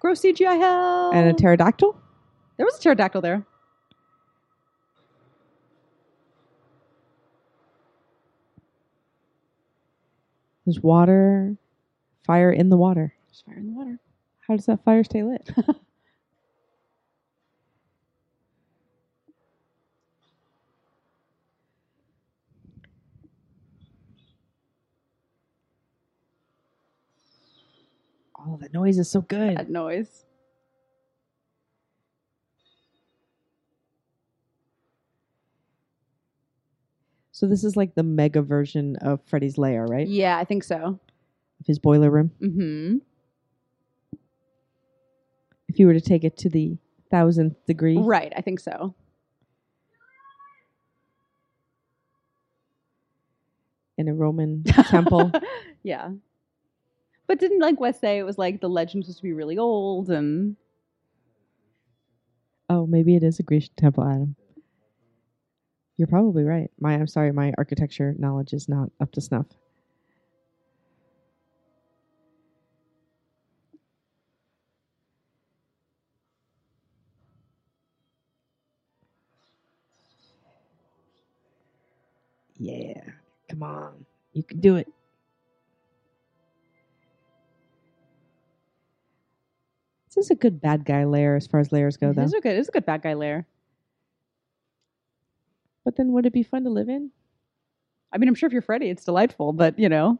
A: gross CGI hell.
B: And a pterodactyl?
A: there was a pterodactyl there.
B: There's water, fire in the water.
A: There's fire in the water.
B: How does that fire stay lit? oh, the noise is so good.
A: That noise.
B: So this is like the mega version of Freddy's lair, right?
A: Yeah, I think so.
B: Of his boiler room.
A: Mm-hmm.
B: If you were to take it to the thousandth degree,
A: Right, I think so.
B: in a Roman temple.
A: yeah. But didn't like West say it was like the legend was to be really old and
B: Oh, maybe it is a Grecian temple, Adam. You're probably right. My, I'm sorry, my architecture knowledge is not up to snuff. Yeah, come on, you can do it. This is a good bad guy lair as far as layers go, though.
A: Those are good. It was a good bad guy lair.
B: But then would it be fun to live in?
A: I mean, I'm sure if you're Freddy, it's delightful, but you know,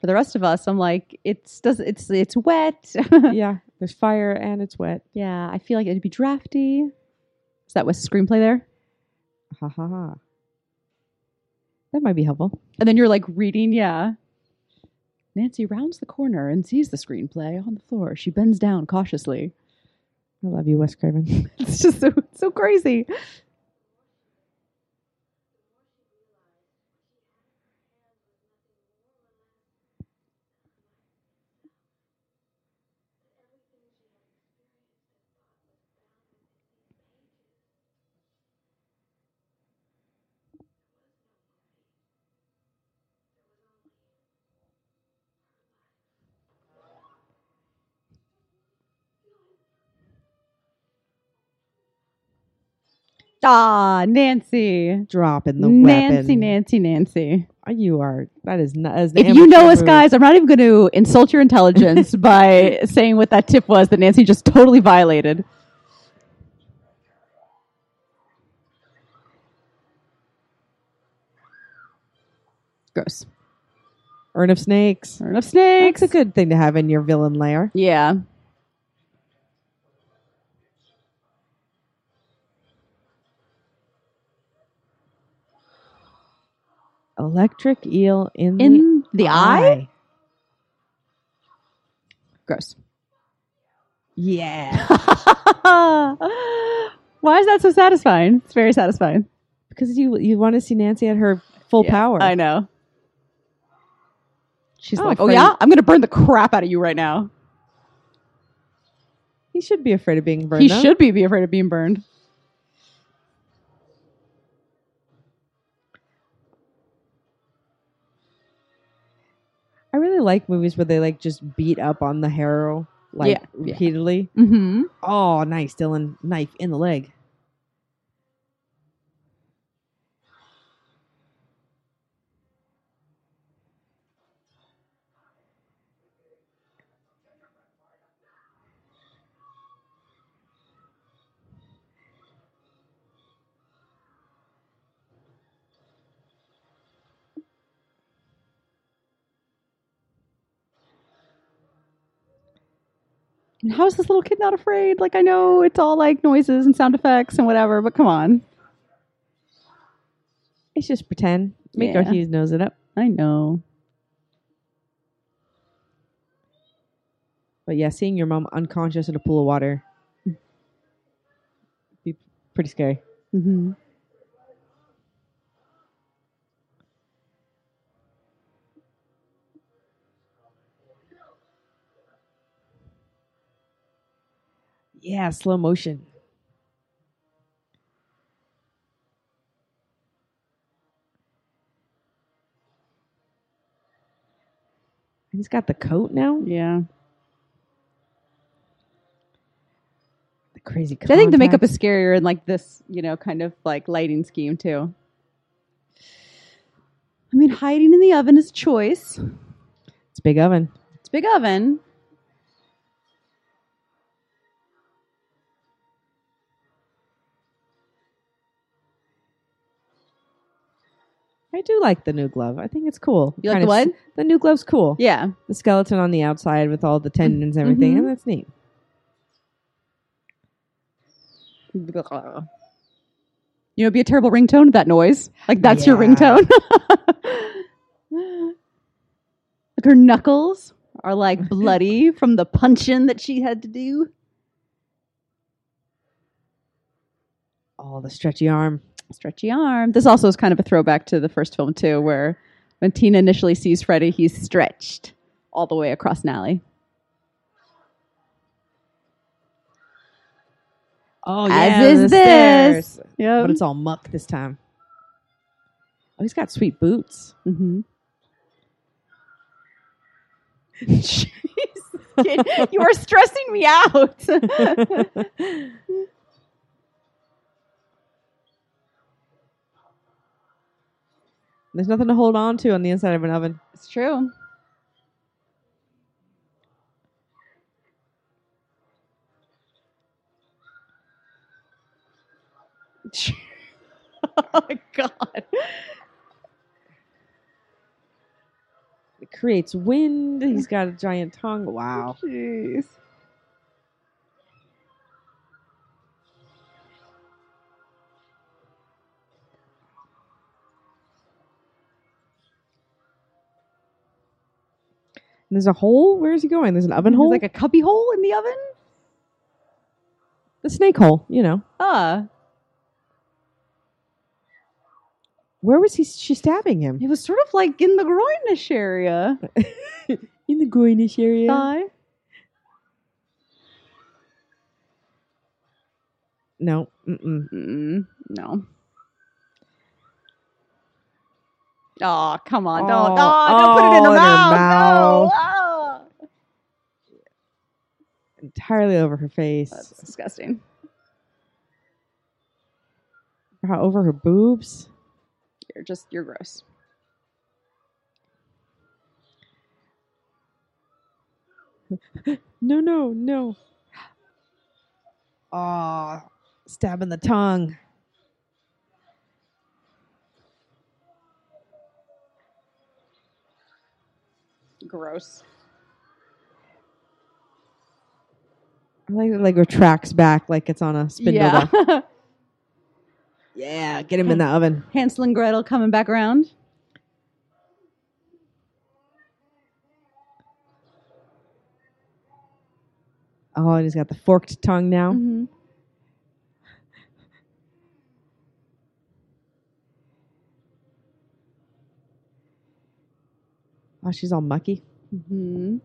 A: for the rest of us, I'm like, it's does it's it's wet.
B: yeah, there's fire and it's wet.
A: yeah, I feel like it'd be drafty. Is that West's screenplay there?
B: Ha ha ha. That might be helpful.
A: And then you're like reading, yeah. Nancy rounds the corner and sees the screenplay on the floor. She bends down cautiously.
B: I love you, Wes Craven.
A: It's just so so crazy. Ah, Nancy.
B: Dropping the
A: Nancy,
B: weapon.
A: Nancy, Nancy.
B: Oh, You are. That is not. that is an
A: If you
B: amateur
A: know us,
B: move.
A: guys, I'm not even going to insult your intelligence by saying what that tip was that Nancy just totally violated. Gross.
B: Urn of snakes.
A: Turn of snakes.
B: It's a good thing to have in your villain lair.
A: Yeah.
B: Electric eel in,
A: In the
B: the
A: eye? Gross.
B: Yeah,
A: Why is that so satisfying? It's very satisfying.
B: because you you want to see Nancy at her full
A: Yeah,
B: power.
A: I know.
B: She's
A: oh,
B: like,
A: oh
B: Freddy-
A: yeah? I'm going to burn the crap out of you right now.
B: He should be afraid of being burned.
A: he
B: though.
A: should be, be afraid of being burned.
B: I really like movies where they like just beat up on the hero like
A: Yeah, yeah.
B: repeatedly.
A: Mm-hmm.
B: Oh, nice, Dylan. Knife in the leg.
A: And how is this little kid not afraid? Like, I know it's all like noises and sound effects and whatever, but come on.
B: It's just pretend. Make
A: Yeah.
B: our Hughes nose it up.
A: I know.
B: But yeah, seeing your mom unconscious in a pool of water be pretty scary.
A: Mm-hmm.
B: Yeah, slow motion. And he's got the coat now.
A: Yeah.
B: crazy.
A: 'Cause I think the makeup
B: contacts.
A: is scarier in like this, you know, kind of like lighting scheme too. I mean, hiding in the oven is choice.
B: it's a big oven.
A: It's a big oven.
B: I do like the new glove. I think it's cool.
A: You like
B: Kind
A: the
B: of
A: what?
B: s- The new glove's cool.
A: Yeah.
B: The skeleton on the outside with all the tendons and everything,
A: Mhm.
B: and that's neat.
A: You know, it'd be a terrible ringtone, that noise. Like, that's your
B: Yeah.
A: ringtone. like, her knuckles are like bloody from the punching that she had to do.
B: Oh, the stretchy arm.
A: Stretchy arm. This also is kind of a throwback to the first film, too, where when Tina initially sees Freddy, he's stretched all the way across an alley.
B: Oh,
A: As
B: yeah,
A: is
B: the
A: this.
B: stairs. Um,
A: Yeah.
B: But it's all muck this time. Oh, he's got sweet boots.
A: Mm-hmm. Jeez, kid, you are stressing me out.
B: There's nothing to hold on to on the inside of an oven.
A: it's true. oh my god!
B: It creates wind. He's got a giant tongue. Wow.
A: Jeez.
B: And there's a hole. Where is he going? There's an oven
A: There's
B: hole.
A: like a cubby hole in the oven.
B: the snake hole, you know.
A: Ah,
B: Where was he? She stabbing him
A: it was sort of like in the groinish area.
B: in the groinish area.
A: Thigh.
B: No, mm-mm.
A: Mm, no. Oh, come on.
B: Oh,
A: Don't, no, don't put it in
B: oh,
A: her
B: in her
A: mouth. No.
B: mouth.
A: Ah.
B: entirely over her face,
A: That's disgusting.
B: How- over her boobs.
A: You're just, you're gross.
B: No, no, no. Ah, stabbing the tongue.
A: Gross.
B: I Like, like retracts back like it's on a spindle.
A: yeah.
B: though. yeah. Get him in the oven.
A: Hansel and Gretel coming back around.
B: Oh, and he's got the forked tongue now.
A: Mhm.
B: Oh, she's all mucky.
A: Mhm.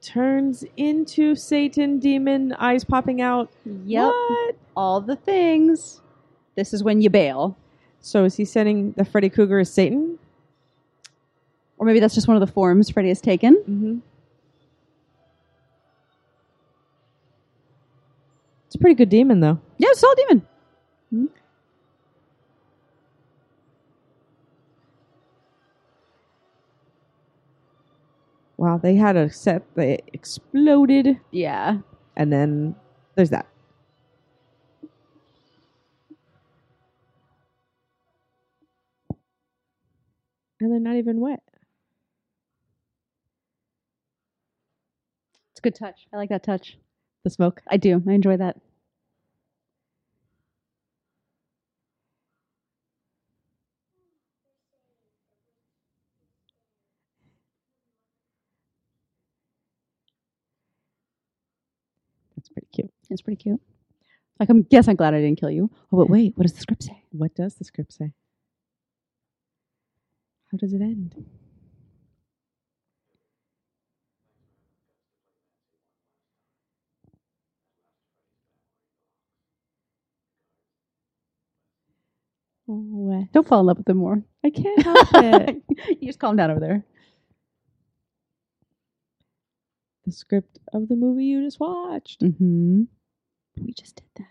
B: Turns into Satan, demon, eyes popping out.
A: Yep.
B: What?
A: All the things. This is when you bail.
B: So is he sending the Freddy Krueger as Satan?
A: Or maybe that's just one of the forms Freddy has taken.
B: Mm-hmm. It's a pretty good demon, though.
A: Yeah, it's all demon.
B: Wow, they had a set that exploded,
A: Yeah.
B: and then there's that. And they're not even wet.
A: It's a good touch. I like that touch.
B: The smoke.
A: I do. I enjoy that.
B: That's pretty cute.
A: It's pretty cute. Like, I'm guess I'm glad I didn't kill you. Oh, but wait, what does the script say?
B: What does the script say? How does it end? Oh,
A: Don't fall in love with them more.
B: I can't help it.
A: you just calm down over there.
B: the script of the movie you just watched.
A: Mm-hmm.
C: We just did that.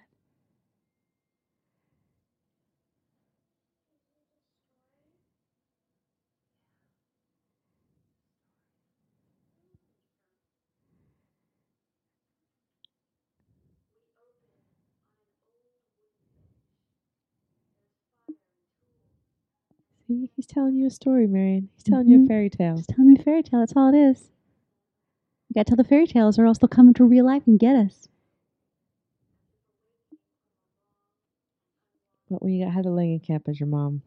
B: See, he's telling you a story, Marion. He's telling you a
C: Mhm.
B: fairy tale.
C: Just tell me a fairy tale. That's all it is. You gotta tell the fairy tales, or else they'll come into real life and get us.
B: But when you had a Langenkamp as your mom,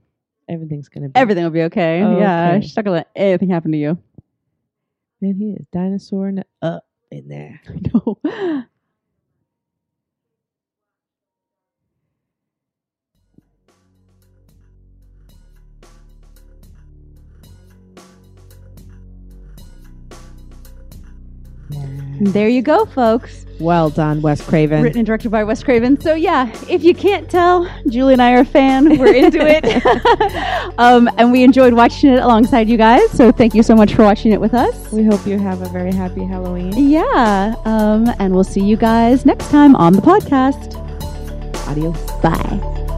B: everything's gonna be
A: Everything will be okay. Yeah,
B: Okay.
A: she's not gonna let anything happen to you.
B: Man, he is dinosaur and up in there.
A: no.
C: There you go, folks.
B: Well done, Wes Craven.
A: Written and directed by Wes Craven. So yeah, if you can't tell, Julie and I are a fan. We're into it, um, and we enjoyed watching it alongside you guys. So thank you so much for watching it with us.
B: We hope you have a very happy Halloween.
A: Yeah, um, and we'll see you guys next time on the podcast.
B: Adios.
A: Bye.